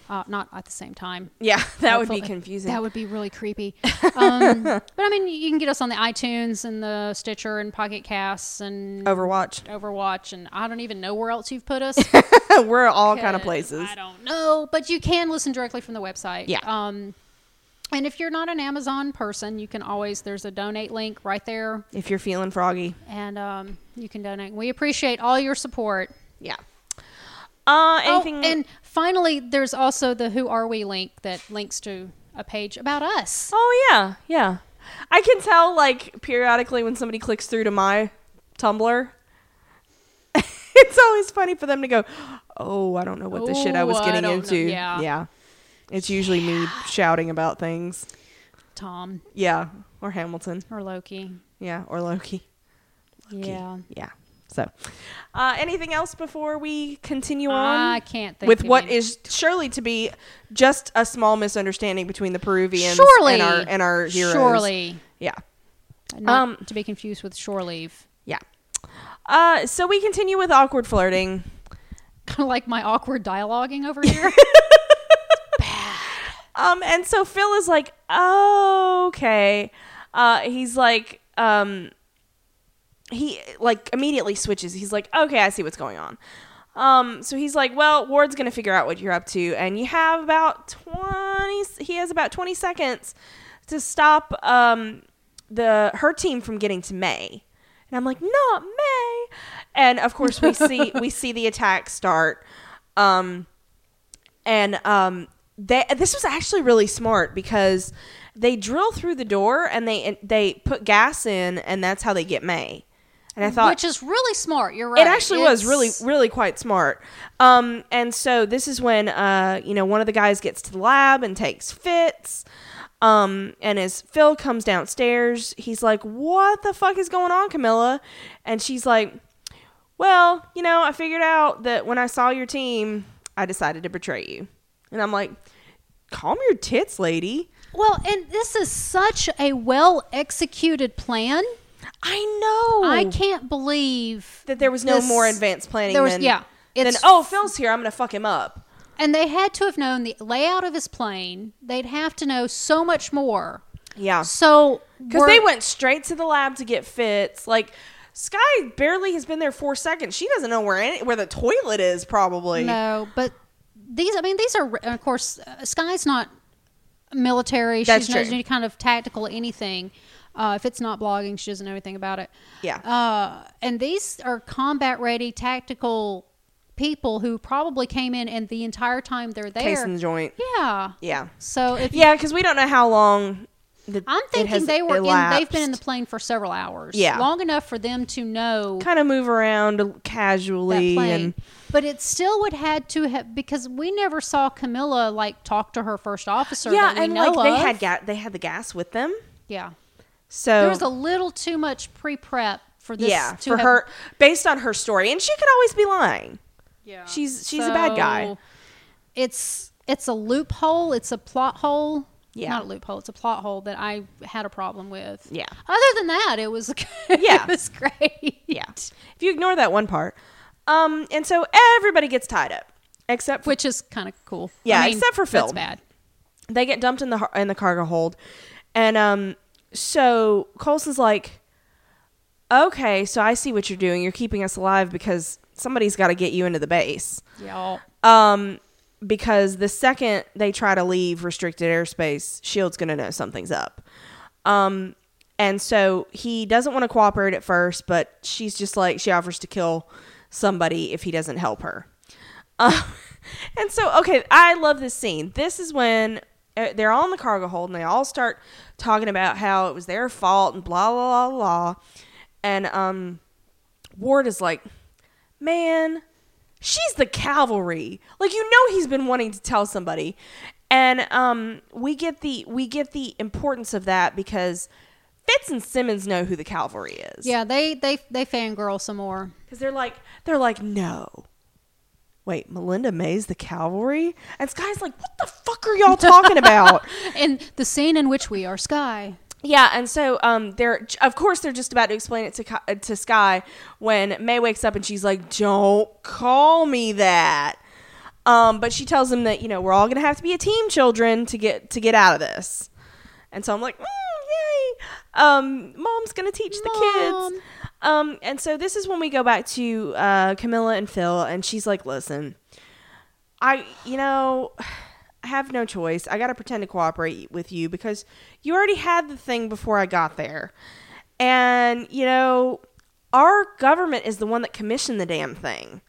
S2: uh, not at the same time.
S1: yeah, that would be
S2: Hopefully-
S1: confusing.
S2: That would be really creepy. Um, but I mean, you can get us on the iTunes and the Stitcher and Pocket Casts
S1: Oh.
S2: and
S1: Overwatch.
S2: Overwatch, and I don't even know where else you've put us.
S1: We're all kind of
S2: 'cause
S1: places.
S2: I don't know, but you can listen directly from the website.
S1: Yeah.
S2: Um, and if you're not an Amazon person, you can always there's a donate link right there,
S1: If you're feeling froggy.
S2: and um, you can donate. We appreciate all your support.
S1: Yeah. Uh, anything?
S2: Oh, and finally, there's also the Who Are We link that links to a page about us.
S1: Oh yeah, yeah. I can tell like periodically when somebody clicks through to my Tumblr. it's always funny for them to go, "Oh, I don't know what the shit I
S2: Oh,
S1: was
S2: I
S1: getting
S2: don't
S1: into."
S2: know." Yeah.
S1: It's usually me shouting about things.
S2: Tom
S1: Yeah, or Hamilton.
S2: or Loki.
S1: Yeah, or Loki.
S2: Yeah.
S1: Yeah. So, uh, anything else before we continue on
S2: I can't think
S1: with
S2: of
S1: what
S2: any.
S1: is surely to be just a small misunderstanding between the Peruvians
S2: surely
S1: and our and our heroes?
S2: Surely,
S1: Yeah.
S2: not
S1: Um,
S2: to be confused with shore leave.
S1: Yeah. Uh, so we continue with awkward flirting.
S2: Kind of like my awkward dialoguing over here.
S1: Um, and so Phil is like, oh, okay. Uh, he's like, um, he like immediately switches. He's like, okay, I see what's going on. Um, so he's like, well, Ward's gonna figure out what you're up to, and you have about twenty. He has about twenty seconds to stop um the her team from getting to May. And I'm like, not May. And of course, we see we see the attack start. Um, and um, they this was actually really smart because they drill through the door and they they put gas in, and that's how they get May. And I thought
S2: which is really smart. You're right.
S1: it actually was really,
S2: It's-
S1: really quite smart. Um, and so this is when, uh, you know, one of the guys gets to the lab and takes fits. Um, and as Phil comes downstairs, he's like, What the fuck is going on, Camilla? And she's like, Well, you know, I figured out that when I saw your team, I decided to betray you. And I'm like, Calm your tits, lady.
S2: well, and this is such a well executed plan.
S1: I know.
S2: I can't believe,
S1: that there was no
S2: this-
S1: more advanced planning
S2: there was-
S1: than,
S2: yeah,
S1: than,
S2: it's-
S1: oh, Phil's here. I'm going to fuck him up.
S2: and they had to have known the layout of his plane. They'd have to know so much more.
S1: Yeah.
S2: So
S1: Because
S2: we're-
S1: they went straight to the lab to get fits. Like Sky barely has been there four seconds. She doesn't know where any, where the toilet is. Probably.
S2: no, but these. I mean, these are and of course. Uh, Sky's not military.
S1: That's
S2: she doesn't
S1: true.
S2: know any kind of tactical anything. Uh, if it's not blogging, she doesn't know anything about it.
S1: Yeah.
S2: Uh, and these are combat ready tactical people who probably came in and the entire time they're there.
S1: Case in the joint.
S2: Yeah.
S1: Yeah.
S2: So if
S1: Yeah, because we don't know how long. The,
S2: I'm
S1: it
S2: thinking
S1: has
S2: they were in, they've been in the
S1: elapsed.
S2: plane for several hours.
S1: Yeah.
S2: Long enough for them to know
S1: kind of move around
S2: that
S1: casually
S2: plane.
S1: and
S2: But it still would had to have because we never saw Camilla like talk to her first officer.
S1: yeah,
S2: that we
S1: and
S2: know
S1: like they
S2: of.
S1: had ga- they had the gas with them.
S2: yeah.
S1: So
S2: There was a little too much pre prep for this
S1: yeah,
S2: to
S1: for
S2: have-
S1: her based on her story, and she could always be lying.
S2: Yeah.
S1: She's- she's a bad guy.
S2: So, It's it's a loophole. It's a plot hole.
S1: Yeah.
S2: Not a loophole. It's a plot hole that I had a problem with.
S1: Yeah.
S2: Other than that, it was
S1: Yeah.
S2: it was great.
S1: Yeah, if you ignore that one part, um, and so everybody gets tied up except for
S2: Which is kind of cool.
S1: Yeah, except for Phil.
S2: That's bad.
S1: they get dumped in the har- in the cargo hold, and um, so Colson's like, "Okay, so I see what you're doing. You're keeping us alive because somebody's got to get you into the base."
S2: Yeah.
S1: Um, because the second they try to leave restricted airspace, Shield's gonna know something's up. Um, and so he doesn't want to cooperate at first, but she's just like she offers to kill somebody if he doesn't help her. Uh, and so, okay, I love this scene. This is when uh, they're all in the cargo hold and they all start talking about how it was their fault and blah blah blah blah. And um, Ward is like, man, she's the cavalry. Like you know he's been wanting to tell somebody. And um we get the we get the importance of that because Fitz and Simmons know who the cavalry is.
S2: Yeah, they they they fangirl some more.
S1: Because they're like they're like, no. Wait, Melinda May's the cavalry? And Sky's like, what the fuck are y'all talking about?
S2: And the scene in which we are Sky.
S1: Yeah, and so um, they're of course they're just about to explain it to Ki- uh, to Sky when May wakes up and she's like, "Don't call me that." Um, but she tells him that you know we're all gonna have to be a team, children, to get to get out of this. And so I'm like, mm, "Yay!" Um, Mom's gonna teach the kids. Um, and so this is when we go back to uh, Camilla and Phil, and she's like, "Listen, I, you know, I have no choice. I got to pretend to cooperate with you because you already had the thing before I got there. And, you know, our government is the one that commissioned the damn thing.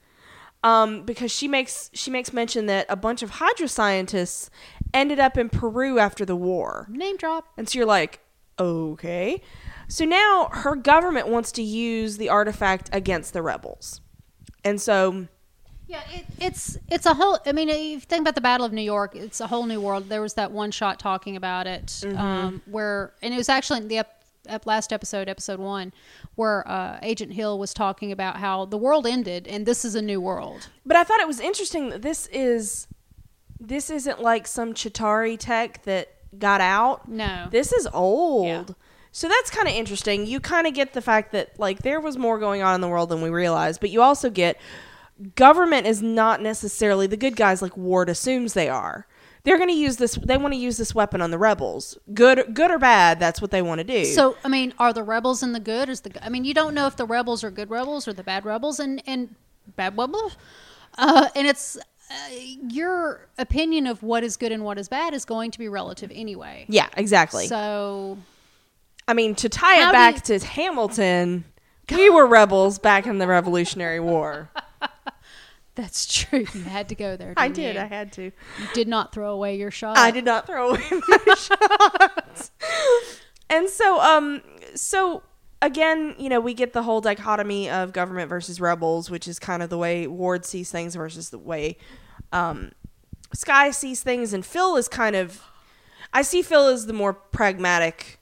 S1: Um, because she makes she makes mention that a bunch of hydro scientists ended up in Peru after the war.
S2: Name drop.
S1: And so you're like, okay. So now her government wants to use the artifact against the rebels. And so
S2: Yeah, it, it's it's a whole. I mean, if you think about the Battle of New York, it's a whole new world. There was that one shot talking about it,
S1: Mm-hmm.
S2: um, where and it was actually in the ep, ep, last episode, episode one, where uh, Agent Hill was talking about how the world ended and this is a new world.
S1: But I thought it was interesting that this is this isn't like some Chitari tech that got out.
S2: No,
S1: This is old.
S2: Yeah.
S1: So that's kind of interesting. You kind of get the fact that like there was more going on in the world than we realized, but you also get government is not necessarily the good guys like Ward assumes they are. They're going to use this they want to use this weapon on the rebels. Good good or bad, that's what they want to do.
S2: So I mean, are the rebels in the good? Is the I mean, you don't know if the rebels are good rebels or the bad rebels, and and bad rebels, uh, and it's uh, your opinion of what is good and what is bad is going to be relative anyway.
S1: yeah, exactly.
S2: So
S1: I mean, to tie
S2: How
S1: it
S2: do
S1: back to Hamilton, we were rebels back in the Revolutionary War.
S2: that's true. You had to go there.
S1: I
S2: didn't
S1: did.
S2: you?
S1: I had to. Uh,
S2: You did not throw away your shot.
S1: I did not throw away my shots. And so, um, so again, you know, we get the whole dichotomy of government versus rebels, which is kind of the way Ward sees things versus the way um, Sky sees things, and Phil is kind of. I see Phil as the more pragmatic.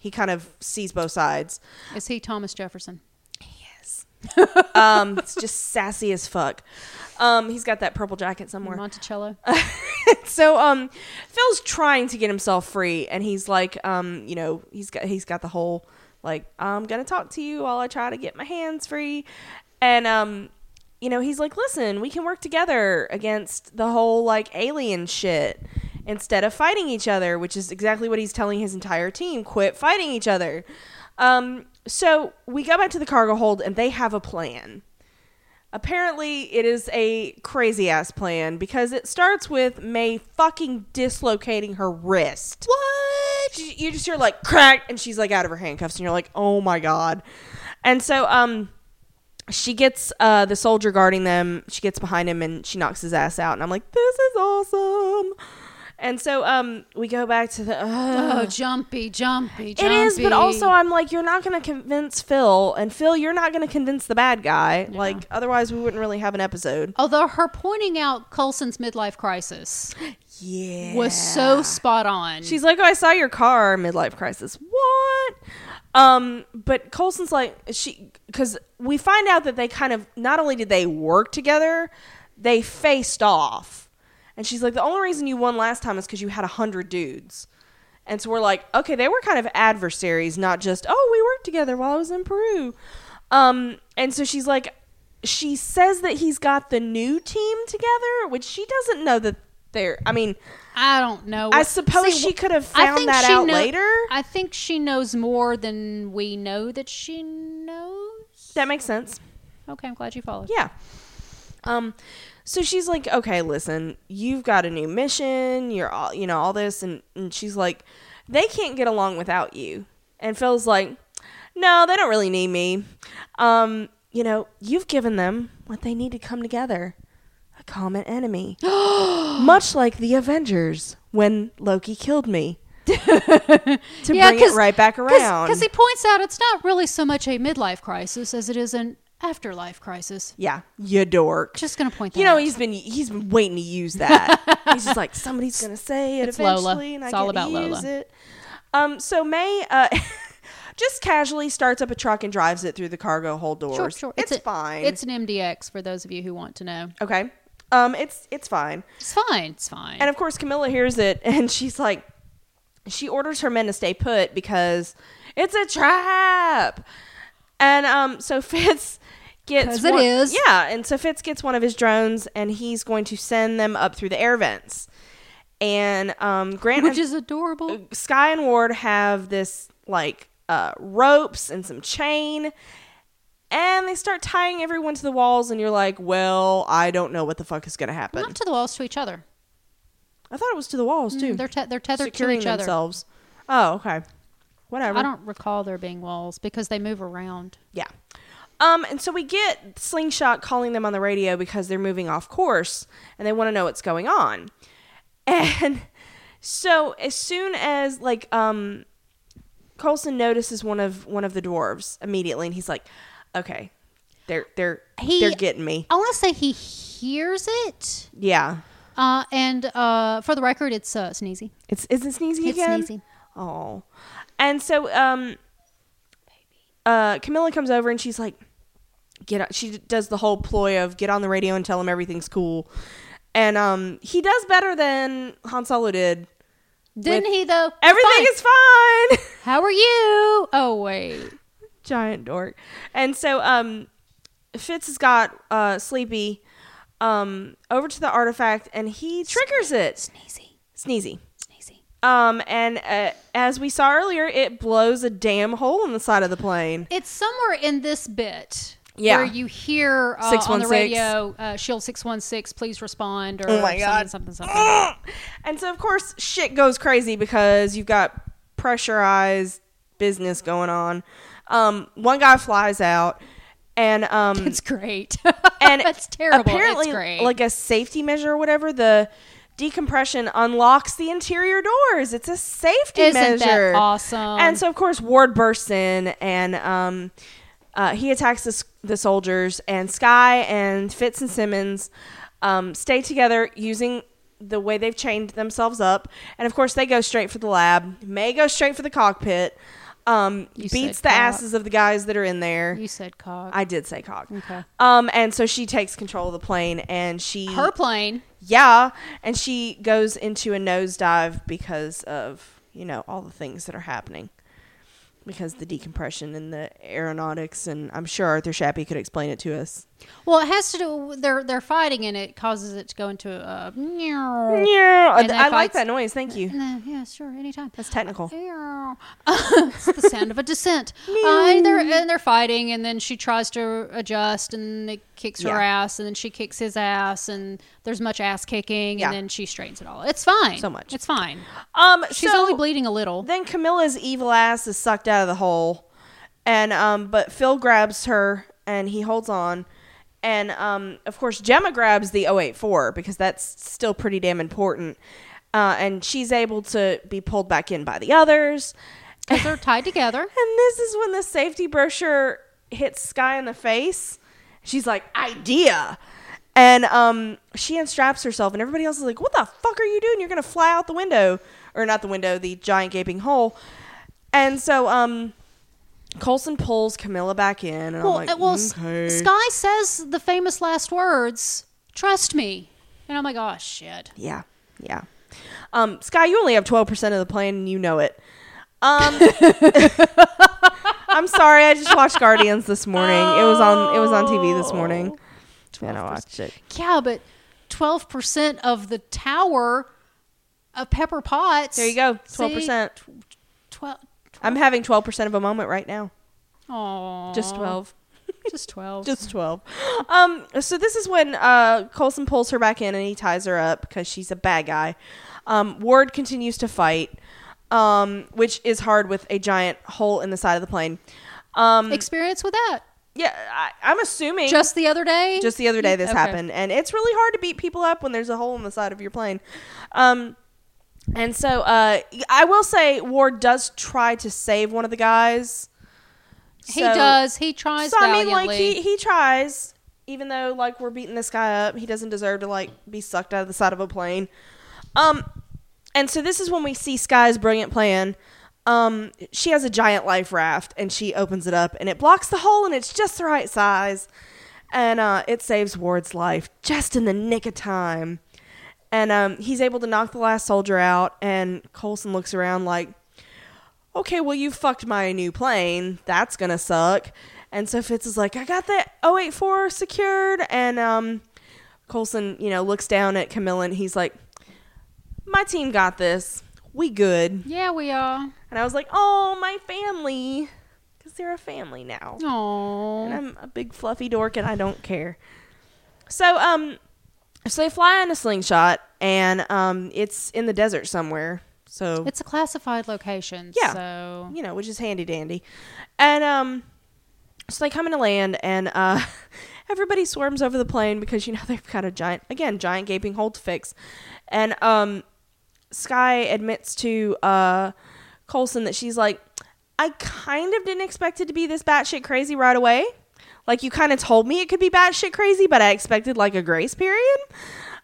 S1: He kind of sees both sides.
S2: Is he Thomas Jefferson?
S1: Um, it's just sassy as fuck. Um, he's got that purple jacket somewhere.
S2: Monticello.
S1: Uh-huh. so um Phil's trying to get himself free and he's like um you know he's got he's got the whole like I'm going to talk to you while I try to get my hands free and um you know he's like listen we can work together against the whole like alien shit instead of fighting each other which is exactly what he's telling his entire team quit fighting each other um so we go back to the cargo hold and they have a plan Apparently, it is a crazy ass plan because it starts with May fucking dislocating her wrist. What? She- You just hear like crack, and she's like out of her handcuffs, and you're like, oh my god. And so, um, she gets uh the soldier guarding them. She gets behind him and she knocks his ass out, and I'm like, this is awesome. And so, um, we go back to the.
S2: oh, jumpy, jumpy,
S1: It
S2: jumpy.
S1: is, but also I'm like, you're not going to convince Phil, and Phil, you're not going to convince the bad guy. Like, otherwise, we wouldn't really have an episode.
S2: Although her pointing out Colson's midlife crisis
S1: Yeah,
S2: was so spot on.
S1: She's like, oh, I saw your car. Midlife crisis. What? Um, but Colson's like she because we find out that they kind of not only did they work together, they faced off, and she's like, the only reason you won last time is because you had a hundred dudes, and so we're like, okay, they were kind of adversaries, not just oh we worked together while I was in Peru, um, and so she's like, she says that he's got the new team together, which she doesn't know that they're. I mean,
S2: I don't know.
S1: I suppose she could have
S2: I
S1: found
S2: think
S1: that
S2: she
S1: out
S2: kno-
S1: later.
S2: I think she knows more than we know that she knows.
S1: that makes sense.
S2: Okay, I'm glad you followed.
S1: Yeah. Um so she's like, "Okay, listen, you've got a new mission, you're all, you know, all this." And, and she's like, "They can't get along without you." And Phil's like, "No, they don't really need me. Um, you know, you've given them what they need to come together. A common enemy. Much like the Avengers when Loki killed me." to
S2: Yeah,
S1: bring it
S2: 'cause-
S1: right back around.
S2: Because he points out it's not really so much a midlife crisis as it is an afterlife crisis.
S1: yeah, you dork.
S2: Just going to point that
S1: You know,
S2: out.
S1: he's been he's been waiting to use that. he's just like somebody's gonna say it
S2: It's Lola.
S1: eventually, and I
S2: It's
S1: get
S2: all
S1: to
S2: about
S1: use
S2: Lola.
S1: it. Um, so May uh, just casually starts up a truck and drives it through the cargo hold doors.
S2: Sure, sure.
S1: It's,
S2: a-
S1: fine.
S2: It's an MDX for those of you who want to know.
S1: okay. Um, it's it's fine.
S2: It's fine. It's fine.
S1: And of course, Camilla hears it, and she's like, she orders her men to stay put because it's a trap. And um, so Fitz gets
S2: 'Cause it
S1: one-
S2: is.
S1: yeah, and so Fitz gets one of his drones, and he's going to send them up through the air vents. And um, Grant
S2: Which
S1: and-
S2: is adorable.
S1: Sky and Ward have this like uh, ropes and some chain, and they start tying everyone to the walls. And you're like, well, I don't know what the fuck is going to happen.
S2: Not to the walls, to each other.
S1: I thought it was to the walls too
S2: They're, te- they're tethered to
S1: securing
S2: each other.
S1: themselves. Oh, okay. Whatever.
S2: I don't recall there being walls because they move around.
S1: yeah. Um, and so we get Slingshot calling them on the radio because they're moving off course and they want to know what's going on. And so as soon as like um Colson notices one of one of the dwarves immediately and he's like, Okay, they're they're
S2: He-
S1: they're getting me.
S2: I want to say he hears it.
S1: Yeah.
S2: Uh, and uh, for the record, it's uh, Sneezy.
S1: It's is it sneezy
S2: It's
S1: again?
S2: Sneezy.
S1: Oh, and so um, uh, Camilla comes over and she's like, get. On, she does the whole ploy of get on the radio and tell him everything's cool, and um, he does better than Han Solo did.
S2: Didn't he, though?
S1: Everything
S2: Fine.
S1: is fine.
S2: How are you? Oh, wait.
S1: Giant dork. And so um, Fitz has got uh Sleepy um over to the artifact and he triggers it.
S2: Sneezy.
S1: Sneezy.
S2: Sneezy.
S1: Um, and uh, as we saw earlier, it blows a damn hole in the side of the plane.
S2: It's somewhere in this bit
S1: Yeah.
S2: where you hear uh, on the
S1: 616.
S2: radio, uh, Shield 616, please respond, or
S1: Oh my
S2: something,
S1: God.
S2: something, something.
S1: And so, of course, shit goes crazy because you've got pressurized business going on. Um, one guy flies out, and um,
S2: it's great.
S1: and
S2: That's terrible.
S1: Apparently,
S2: it's great.
S1: like a safety measure or whatever, the decompression unlocks the interior doors. It's a safety
S2: Isn't that
S1: measure.
S2: awesome?
S1: And so, of course, Ward bursts in and um, uh, he attacks the, s- the soldiers. And Sky and Fitz and Simmons um, stay together using the way they've chained themselves up. And of course, they go straight for the lab. May go straight for the cockpit. Um,
S2: You
S1: beats
S2: said
S1: the
S2: cock.
S1: asses of the guys that are in there.
S2: you said cog.
S1: I did say cock.
S2: Okay.
S1: Um, and so she takes control of the plane and she
S2: Her plane.
S1: yeah, and she goes into a nosedive because of you know all the things that are happening because the decompression and the aeronautics and I'm sure Arthur Shappy could explain it to us.
S2: Well, it has to do. They're they're fighting, and it causes it to go into a.
S1: Yeah,
S2: Yeah,
S1: I
S2: And that
S1: I like
S2: fights-
S1: that noise. Thank you.
S2: yeah sure, anytime.
S1: That's technical.
S2: it's the sound of a descent. Uh, and, they're, and they're fighting, and then she tries to adjust, and it kicks her
S1: Yeah.
S2: ass, and then she kicks his ass, and there's much ass kicking,
S1: Yeah.
S2: and then she straightens it all. It's fine.
S1: So much.
S2: It's fine.
S1: Um,
S2: She's
S1: so
S2: only bleeding a little.
S1: then Camilla's evil ass is sucked out of the hole, and um, but Phil grabs her and he holds on, and um, of course Gemma grabs the 084 because that's still pretty damn important, uh, and she's able to be pulled back in by the others,
S2: Because they're tied together.
S1: and this is when the safety brochure hits Sky in the face. She's like, idea. And um, she unstraps herself, and everybody else is like, what the fuck are you doing? You're going to fly out the window. Or not the window, the giant gaping hole. And so um, Colson pulls Camilla back in, and
S2: Well, uh,
S1: I'm like,
S2: well, S-
S1: okay.
S2: Sky says the famous last words, "Trust me," and I'm like, "Oh shit."
S1: yeah, yeah. Um, Sky, you only have twelve percent of the plan, and you know it. Um, I'm sorry. I just watched Guardians this morning. It was on. It was on TV this morning. And I watched it.
S2: Yeah, but twelve percent of the tower of Pepper Potts.
S1: There you go. Twelve percent.
S2: Twelve.
S1: I'm having twelve percent of a moment right now.
S2: Oh,
S1: Just twelve.
S2: Just twelve.
S1: Just twelve. Um. So this is when uh Colson pulls her back in and he ties her up because she's a bad guy. Um. Ward continues to fight, um, which is hard with a giant hole in the side of the plane.
S2: Mm.
S1: Um.
S2: Experience with that.
S1: yeah. I, I'm assuming
S2: Just the other day.
S1: just the other day this
S2: Okay.
S1: happened and it's really hard to beat people up when there's a hole in the side of your plane um and so uh i will say ward does try to save one of the guys
S2: He
S1: So-
S2: does. He tries
S1: so i mean
S2: valiantly.
S1: like he, he tries even though like we're beating this guy up he doesn't deserve to like be sucked out of the side of a plane um and so this is when we see sky's brilliant plan um she has a giant life raft and she opens it up and it blocks the hole and it's just the right size and uh it saves ward's life just in the nick of time and um he's able to knock the last soldier out and colson looks around like okay, well, you fucked my new plane. That's going to suck. And so Fitz is like, I got that 084 secured. And um, Colson, you know, looks down at Camilla and he's like, my team got this. We good.
S2: yeah, we are.
S1: And I was like, oh, my family. Because they're a family now. And
S2: Oh,
S1: I'm a big fluffy dork and I don't care. So, um, so they fly on a slingshot and um, it's in the desert somewhere. So
S2: it's a classified location.
S1: Yeah.
S2: So
S1: you know, which is handy dandy. And um, so they come into land, and uh, everybody swarms over the plane because you know they've got a giant, again, giant gaping hole to fix. And um, Sky admits to uh, Colson that she's like, I kind of didn't expect it to be this batshit crazy right away. Like you kind of told me it could be batshit crazy, but I expected like a grace period.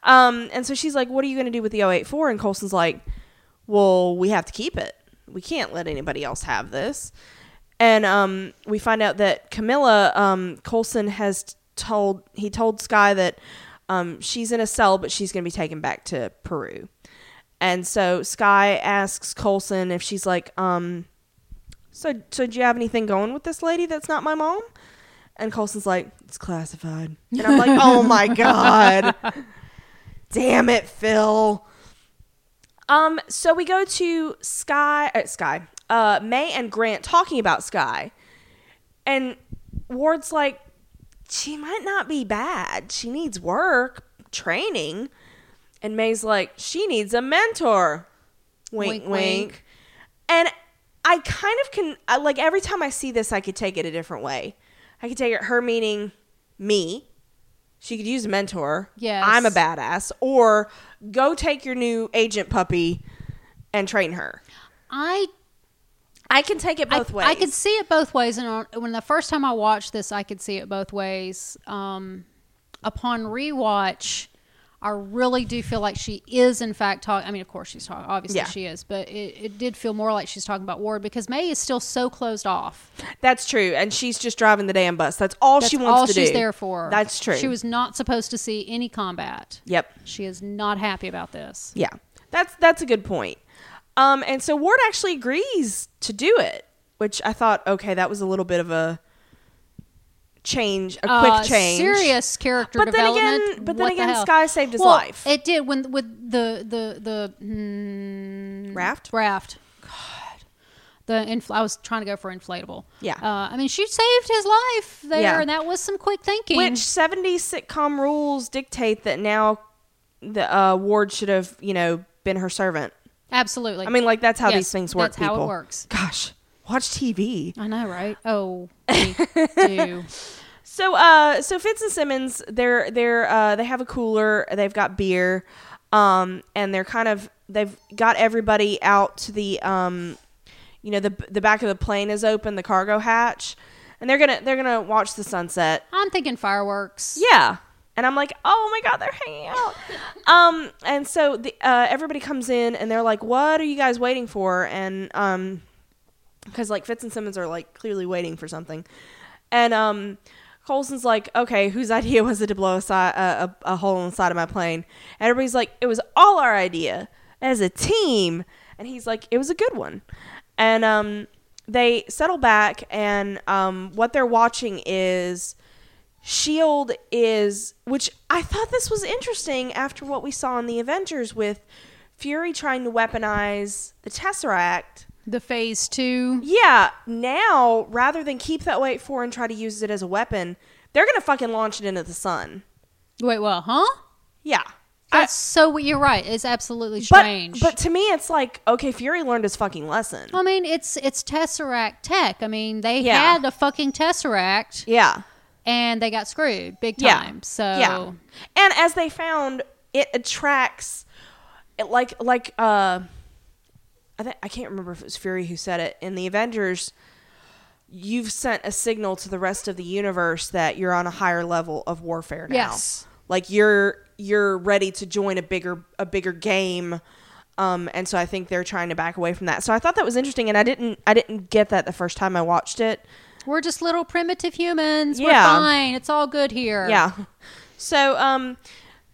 S1: Um, and so she's like, "What are you going to do with the 084?" And Colson's like, "Well, we have to keep it. We can't let anybody else have this." And um, we find out that Camilla um, Colson has told he told Sky that um, she's in a cell, but she's going to be taken back to Peru. And so Sky asks Colson if she's like, um, "So, so do you have anything going with this lady that's not my mom?" And Colson's like, "It's classified." And I'm like, "Oh my god." Damn it, Phil. Um, so we go to Sky, uh, Sky, uh, May and Grant talking about Sky, and Ward's like, she might not be bad. She needs work, training, and May's like, she needs a mentor. Wink, wink.
S2: Wink, wink.
S1: And I kind of can, I, like, every time I see this, I could take it a different way. I could take it her meaning me. She could use a mentor.
S2: Yes.
S1: I'm a badass. Or go take your new agent puppy and train her.
S2: I
S1: I can take it both
S2: I,
S1: ways.
S2: I could see it both ways, and on- when the first time I watched this, I could see it both ways. Um, upon rewatch, I really do feel like she is, in fact, talking. I mean, of course, she's talking. Obviously,
S1: Yeah.
S2: she is, but it, it did feel more like she's talking about Ward because May is still so closed off.
S1: That's true. And she's just driving the damn bus. That's all
S2: That's
S1: she wants
S2: all
S1: to
S2: she's
S1: do.
S2: there for.
S1: That's true.
S2: She was not supposed to see any combat.
S1: Yep.
S2: She is not happy about this.
S1: Yeah. That's that's a good point. Um, and so Ward actually agrees to do it, which I thought, okay, that was a little bit of a change, a
S2: Uh,
S1: quick change.
S2: serious character
S1: But then
S2: development.
S1: again- but then
S2: What the
S1: again,
S2: hell?
S1: Sky saved his
S2: Well,
S1: life.
S2: It did when with the the the mm,
S1: Raft?
S2: raft. God, the infl- I was trying to go for inflatable.
S1: Yeah.
S2: uh, I mean, she saved his life there,
S1: Yeah.
S2: and that was some quick thinking.
S1: Which 70s sitcom rules dictate that now the uh, Ward should have, you know, been her servant.
S2: absolutely.
S1: I mean, like that's how
S2: Yes,
S1: these things work.
S2: That's how
S1: people.
S2: it works.
S1: Gosh, watch TV.
S2: I know, right? Oh, we do.
S1: So, uh, so Fitz and Simmons, they're they're uh, they have a cooler. They've got beer, um, and they're kind of they've got everybody out to the, um, you know, the the back of the plane is open, the cargo hatch, and they're gonna they're gonna watch the sunset.
S2: I'm thinking fireworks.
S1: Yeah. And I'm like, oh my god, they're hanging out. um, and so the uh, everybody comes in and they're like, what are you guys waiting for? And um, because like Fitz and Simmons are like clearly waiting for something, and um, Colson's like, okay, whose idea was it to blow a, si- a, a, a hole in the side of my plane? And everybody's like, it was all our idea as a team, and he's like, it was a good one, and um, they settle back, and um, what they're watching is. Shield E is, which I thought this was interesting after what we saw in the Avengers with Fury trying to weaponize the Tesseract.
S2: The phase two.
S1: Yeah, now rather than keep that weight four and try to use it as a weapon, they're gonna fucking launch it into the sun.
S2: Wait, well, huh?
S1: Yeah. I-
S2: That's so. You're right. It's absolutely
S1: but,
S2: strange.
S1: but to me, it's like, okay, Fury learned his fucking lesson.
S2: I mean, it's it's Tesseract tech. I mean, they
S1: Yeah.
S2: had a fucking Tesseract
S1: Yeah.
S2: and they got screwed big
S1: Yeah.
S2: time. So
S1: Yeah. And as they found, it attracts, it like like uh, I think I can't remember if it was Fury who said it in the Avengers. You've sent a signal to the rest of the universe that you're on a higher level of warfare now.
S2: Yes.
S1: Like you're you're ready to join a bigger a bigger game. Um, and so I think they're trying to back away from that. So I thought that was interesting, and I didn't I didn't get that the first time I watched it.
S2: we're just little primitive humans.
S1: Yeah.
S2: We're fine. It's all good here.
S1: Yeah. So um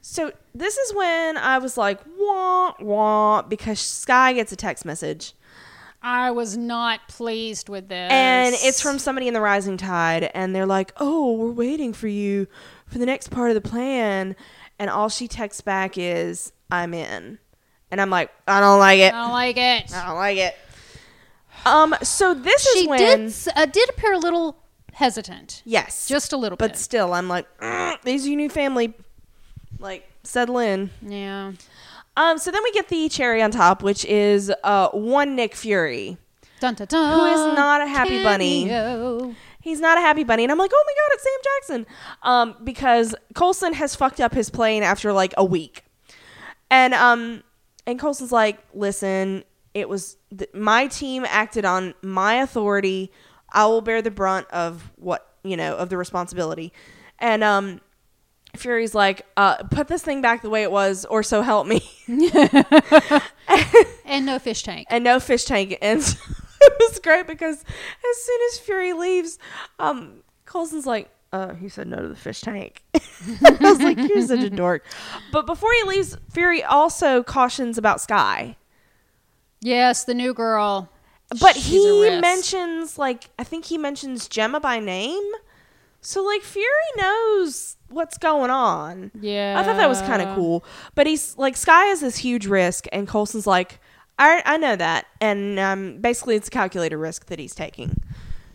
S1: so this is when I was like wah wah because Sky gets a text message
S2: I was not pleased with this.
S1: and it's from somebody in the Rising Tide and they're like, "Oh, we're waiting for you for the next part of the plan." And all she texts back is, "I'm in." And I'm like, "I don't like it.
S2: I don't like it.
S1: I don't like it." Um so this
S2: She
S1: is when
S2: did s- uh, did appear a little hesitant.
S1: yes.
S2: Just a little
S1: but
S2: bit.
S1: still I'm like, "Mm, "These are your new family." Like settle in.
S2: Yeah.
S1: Um, so then we get the cherry on top, which is uh, one Nick Fury.
S2: Dun, dun, dun.
S1: Who is not a happy bunny.
S2: Cameo.
S1: He's not a happy bunny, and I'm like, oh my god, it's Sam Jackson, um, because Colson has fucked up his plane after like a week, and um, and Colson's like, listen, it was th- my team acted on my authority. I will bear the brunt of what you know of the responsibility, and um, Fury's like, uh, put this thing back the way it was, or so help me.
S2: And no fish tank.
S1: and no fish tank. And so it was great because as soon as Fury leaves, um, Colson's like, uh, he said no to the fish tank. I was like, you're such a dork. But before he leaves, Fury also cautions about Sky.
S2: Yes, the new girl.
S1: But
S2: She's a
S1: he
S2: risk.
S1: mentions, like, I think he mentions Gemma by name. So, like, Fury knows what's going on.
S2: Yeah.
S1: I thought that was kind of cool. But he's like, Sky is this huge risk, and Colson's like, I, I know that. And um, basically, it's a calculated risk that he's taking.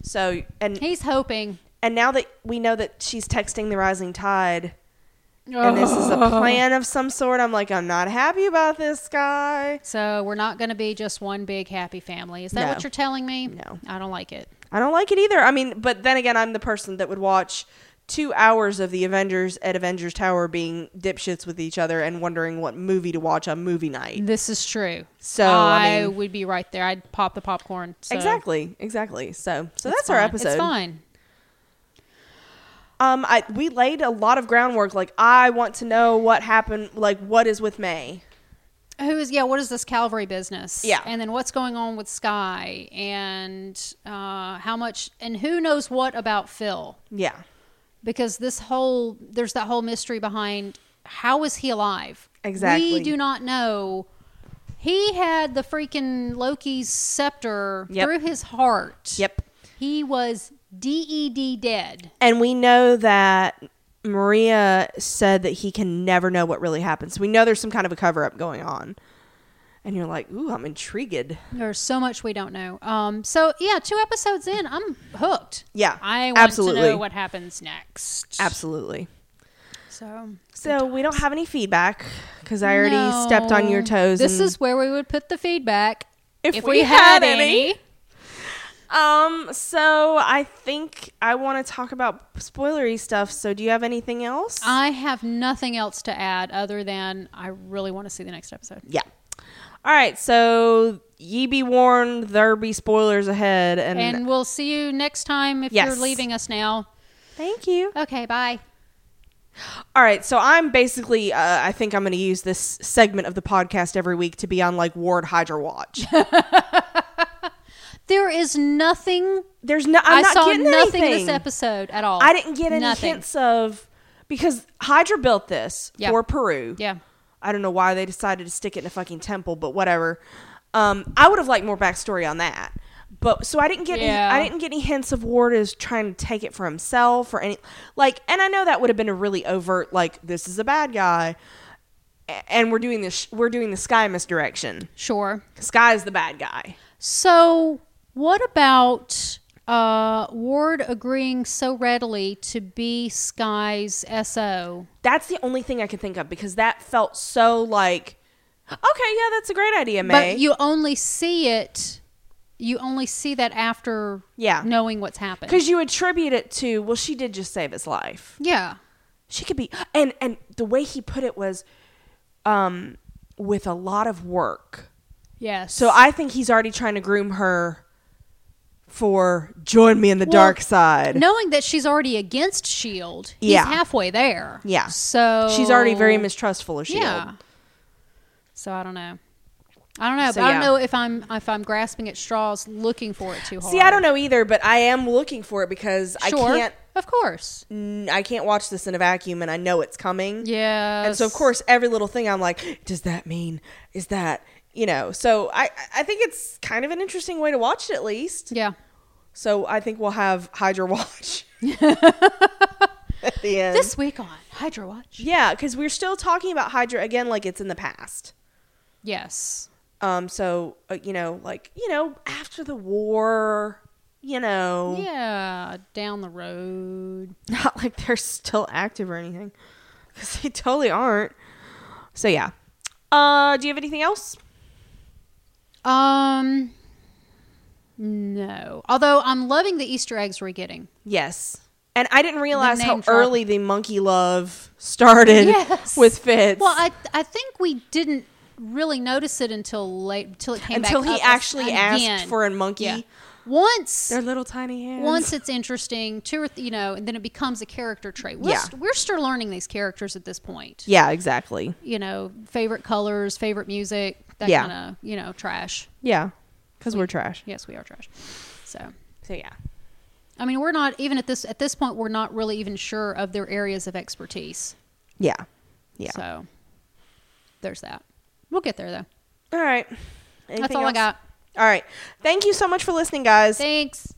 S1: So, and,
S2: He's hoping.
S1: and now that we know that she's texting the rising tide, and this is a
S2: Oh.
S1: plan of some sort, I'm like, I'm not happy about this, Sky.
S2: So we're not going to be just one big happy family. Is that
S1: No.
S2: what you're telling me?
S1: No.
S2: I don't like it.
S1: I don't like it either. I mean, but then again, I'm the person that would watch two hours of the Avengers at Avengers Tower being dipshits with each other and wondering what movie to watch on movie night.
S2: This is true.
S1: So, I
S2: I,
S1: mean-
S2: would be right there. I'd pop the popcorn. So
S1: Exactly, exactly. So, so
S2: it's
S1: that's our
S2: fine.
S1: episode.
S2: It's fine.
S1: Um, I we laid a lot of groundwork. Like, I want to know what happened. Like, what is with May?
S2: Who is, yeah, what is this Calvary business?
S1: Yeah.
S2: And then what's going on with Sky and uh, how much, and who knows what about Phil?
S1: Yeah,
S2: because this whole there's that whole mystery behind how is he alive?
S1: Exactly.
S2: We do not know. He had the freaking Loki's scepter
S1: Yep.
S2: through his heart.
S1: Yep.
S2: He was DED dead.
S1: and we know that Maria said that he can never know what really happens. We know there's some kind of a cover up going on, and you're like, ooh, I'm intrigued.
S2: There's so much we don't know. Um so yeah, two episodes in, I'm hooked.
S1: Yeah,
S2: I want to
S1: absolutely.
S2: know what happens next.
S1: Absolutely.
S2: So
S1: So we don't have any feedback because I already stepped on your toes.
S2: This
S1: and-
S2: is where we would put the feedback
S1: If
S2: if,
S1: we
S2: we,
S1: had
S2: had,
S1: any.
S2: any.
S1: um. So I think I want to talk about spoilery stuff. So do you have anything else?
S2: I have nothing else to add other than I really want to see the next episode.
S1: Yeah. All right. So ye be warned, there be spoilers ahead. And,
S2: And we'll see you next time if
S1: Yes.
S2: you're leaving us now.
S1: thank you.
S2: Okay, bye.
S1: All right. So I'm basically, uh, I think I'm going to use this segment of the podcast every week to be on like Ward Hydra Watch.
S2: There is nothing.
S1: There's no. I'm
S2: I
S1: not
S2: saw
S1: getting
S2: nothing
S1: anything.
S2: this episode at all.
S1: I didn't get any
S2: Nothing.
S1: hints of because Hydra built this
S2: Yeah.
S1: for Peru.
S2: Yeah.
S1: I don't know why they decided to stick it in a fucking temple, but whatever. Um, I would have liked more backstory on that. But so I didn't get
S2: Yeah.
S1: any, I didn't get any hints of Ward is trying to take it for himself or any like and I know that would have been a really overt like this is a bad guy a- and we're doing this we're doing the sky misdirection.
S2: Sure.
S1: Sky is the bad guy.
S2: So, what about uh, Ward agreeing so readily to be Sky's SO?
S1: That's the only thing I could think of because that felt so like okay, yeah, that's a great idea, May.
S2: But you only see it. You only see that after
S1: Yeah.
S2: knowing what's happened.
S1: Because you attribute it to, well, she did just save his life.
S2: yeah.
S1: She could be, and and the way he put it was, um, with a lot of work.
S2: Yes.
S1: So I think he's already trying to groom her for join me in the
S2: Well,
S1: dark side.
S2: knowing that she's already against Shield, E he's
S1: Yeah.
S2: halfway there.
S1: Yeah.
S2: So
S1: She's already very mistrustful of Shield.
S2: Yeah. So I don't know. I don't know.
S1: So,
S2: but I don't
S1: yeah.
S2: know if I'm if I'm grasping at straws, looking for it too hard.
S1: See, I don't know either, but I am looking for it because
S2: Sure.
S1: I
S2: Of course.
S1: can't. I can't watch this in a vacuum, and I know it's coming.
S2: Yeah.
S1: And so, of course, every little thing I'm like, does that mean, is that, you know? So I, I think it's kind of an interesting way to watch it, at least.
S2: Yeah.
S1: So I think we'll have Hydra watch at the end.
S2: This week on Hydro Watch.
S1: yeah, because we're still talking about Hydra again, like it's in the past.
S2: Yes.
S1: Um, so uh, you know, like you know, after the war, you know,
S2: Yeah. Down the road.
S1: not like they're still active or anything, because they totally aren't. So yeah. Uh, do you have anything else?
S2: Um. No. Although I'm loving the Easter eggs we're getting.
S1: Yes. And I didn't realize
S2: name
S1: how
S2: drop.
S1: early the monkey love started
S2: Yes.
S1: with Fitz.
S2: Well, I I think we didn't really notice it until late until it came back
S1: until he
S2: up
S1: actually
S2: again.
S1: asked for a monkey.
S2: Yeah. Once
S1: Their little tiny hands.
S2: once it's interesting, two or th- you know, and then it becomes a character trait. We're,
S1: Yeah.
S2: st- we're still learning these characters at this point.
S1: Yeah, exactly.
S2: You know, favorite colors, favorite music, that
S1: Yeah.
S2: kind of you know trash.
S1: Yeah. Because we're trash.
S2: Yes, we are trash. So
S1: So yeah.
S2: I mean, we're not even at this at this point. We're not really even sure of their areas of expertise.
S1: Yeah. Yeah.
S2: So there's that. We'll get there though.
S1: All right. Anything
S2: That's all I
S1: else?
S2: got.
S1: All right. Thank you so much for listening, guys.
S2: Thanks.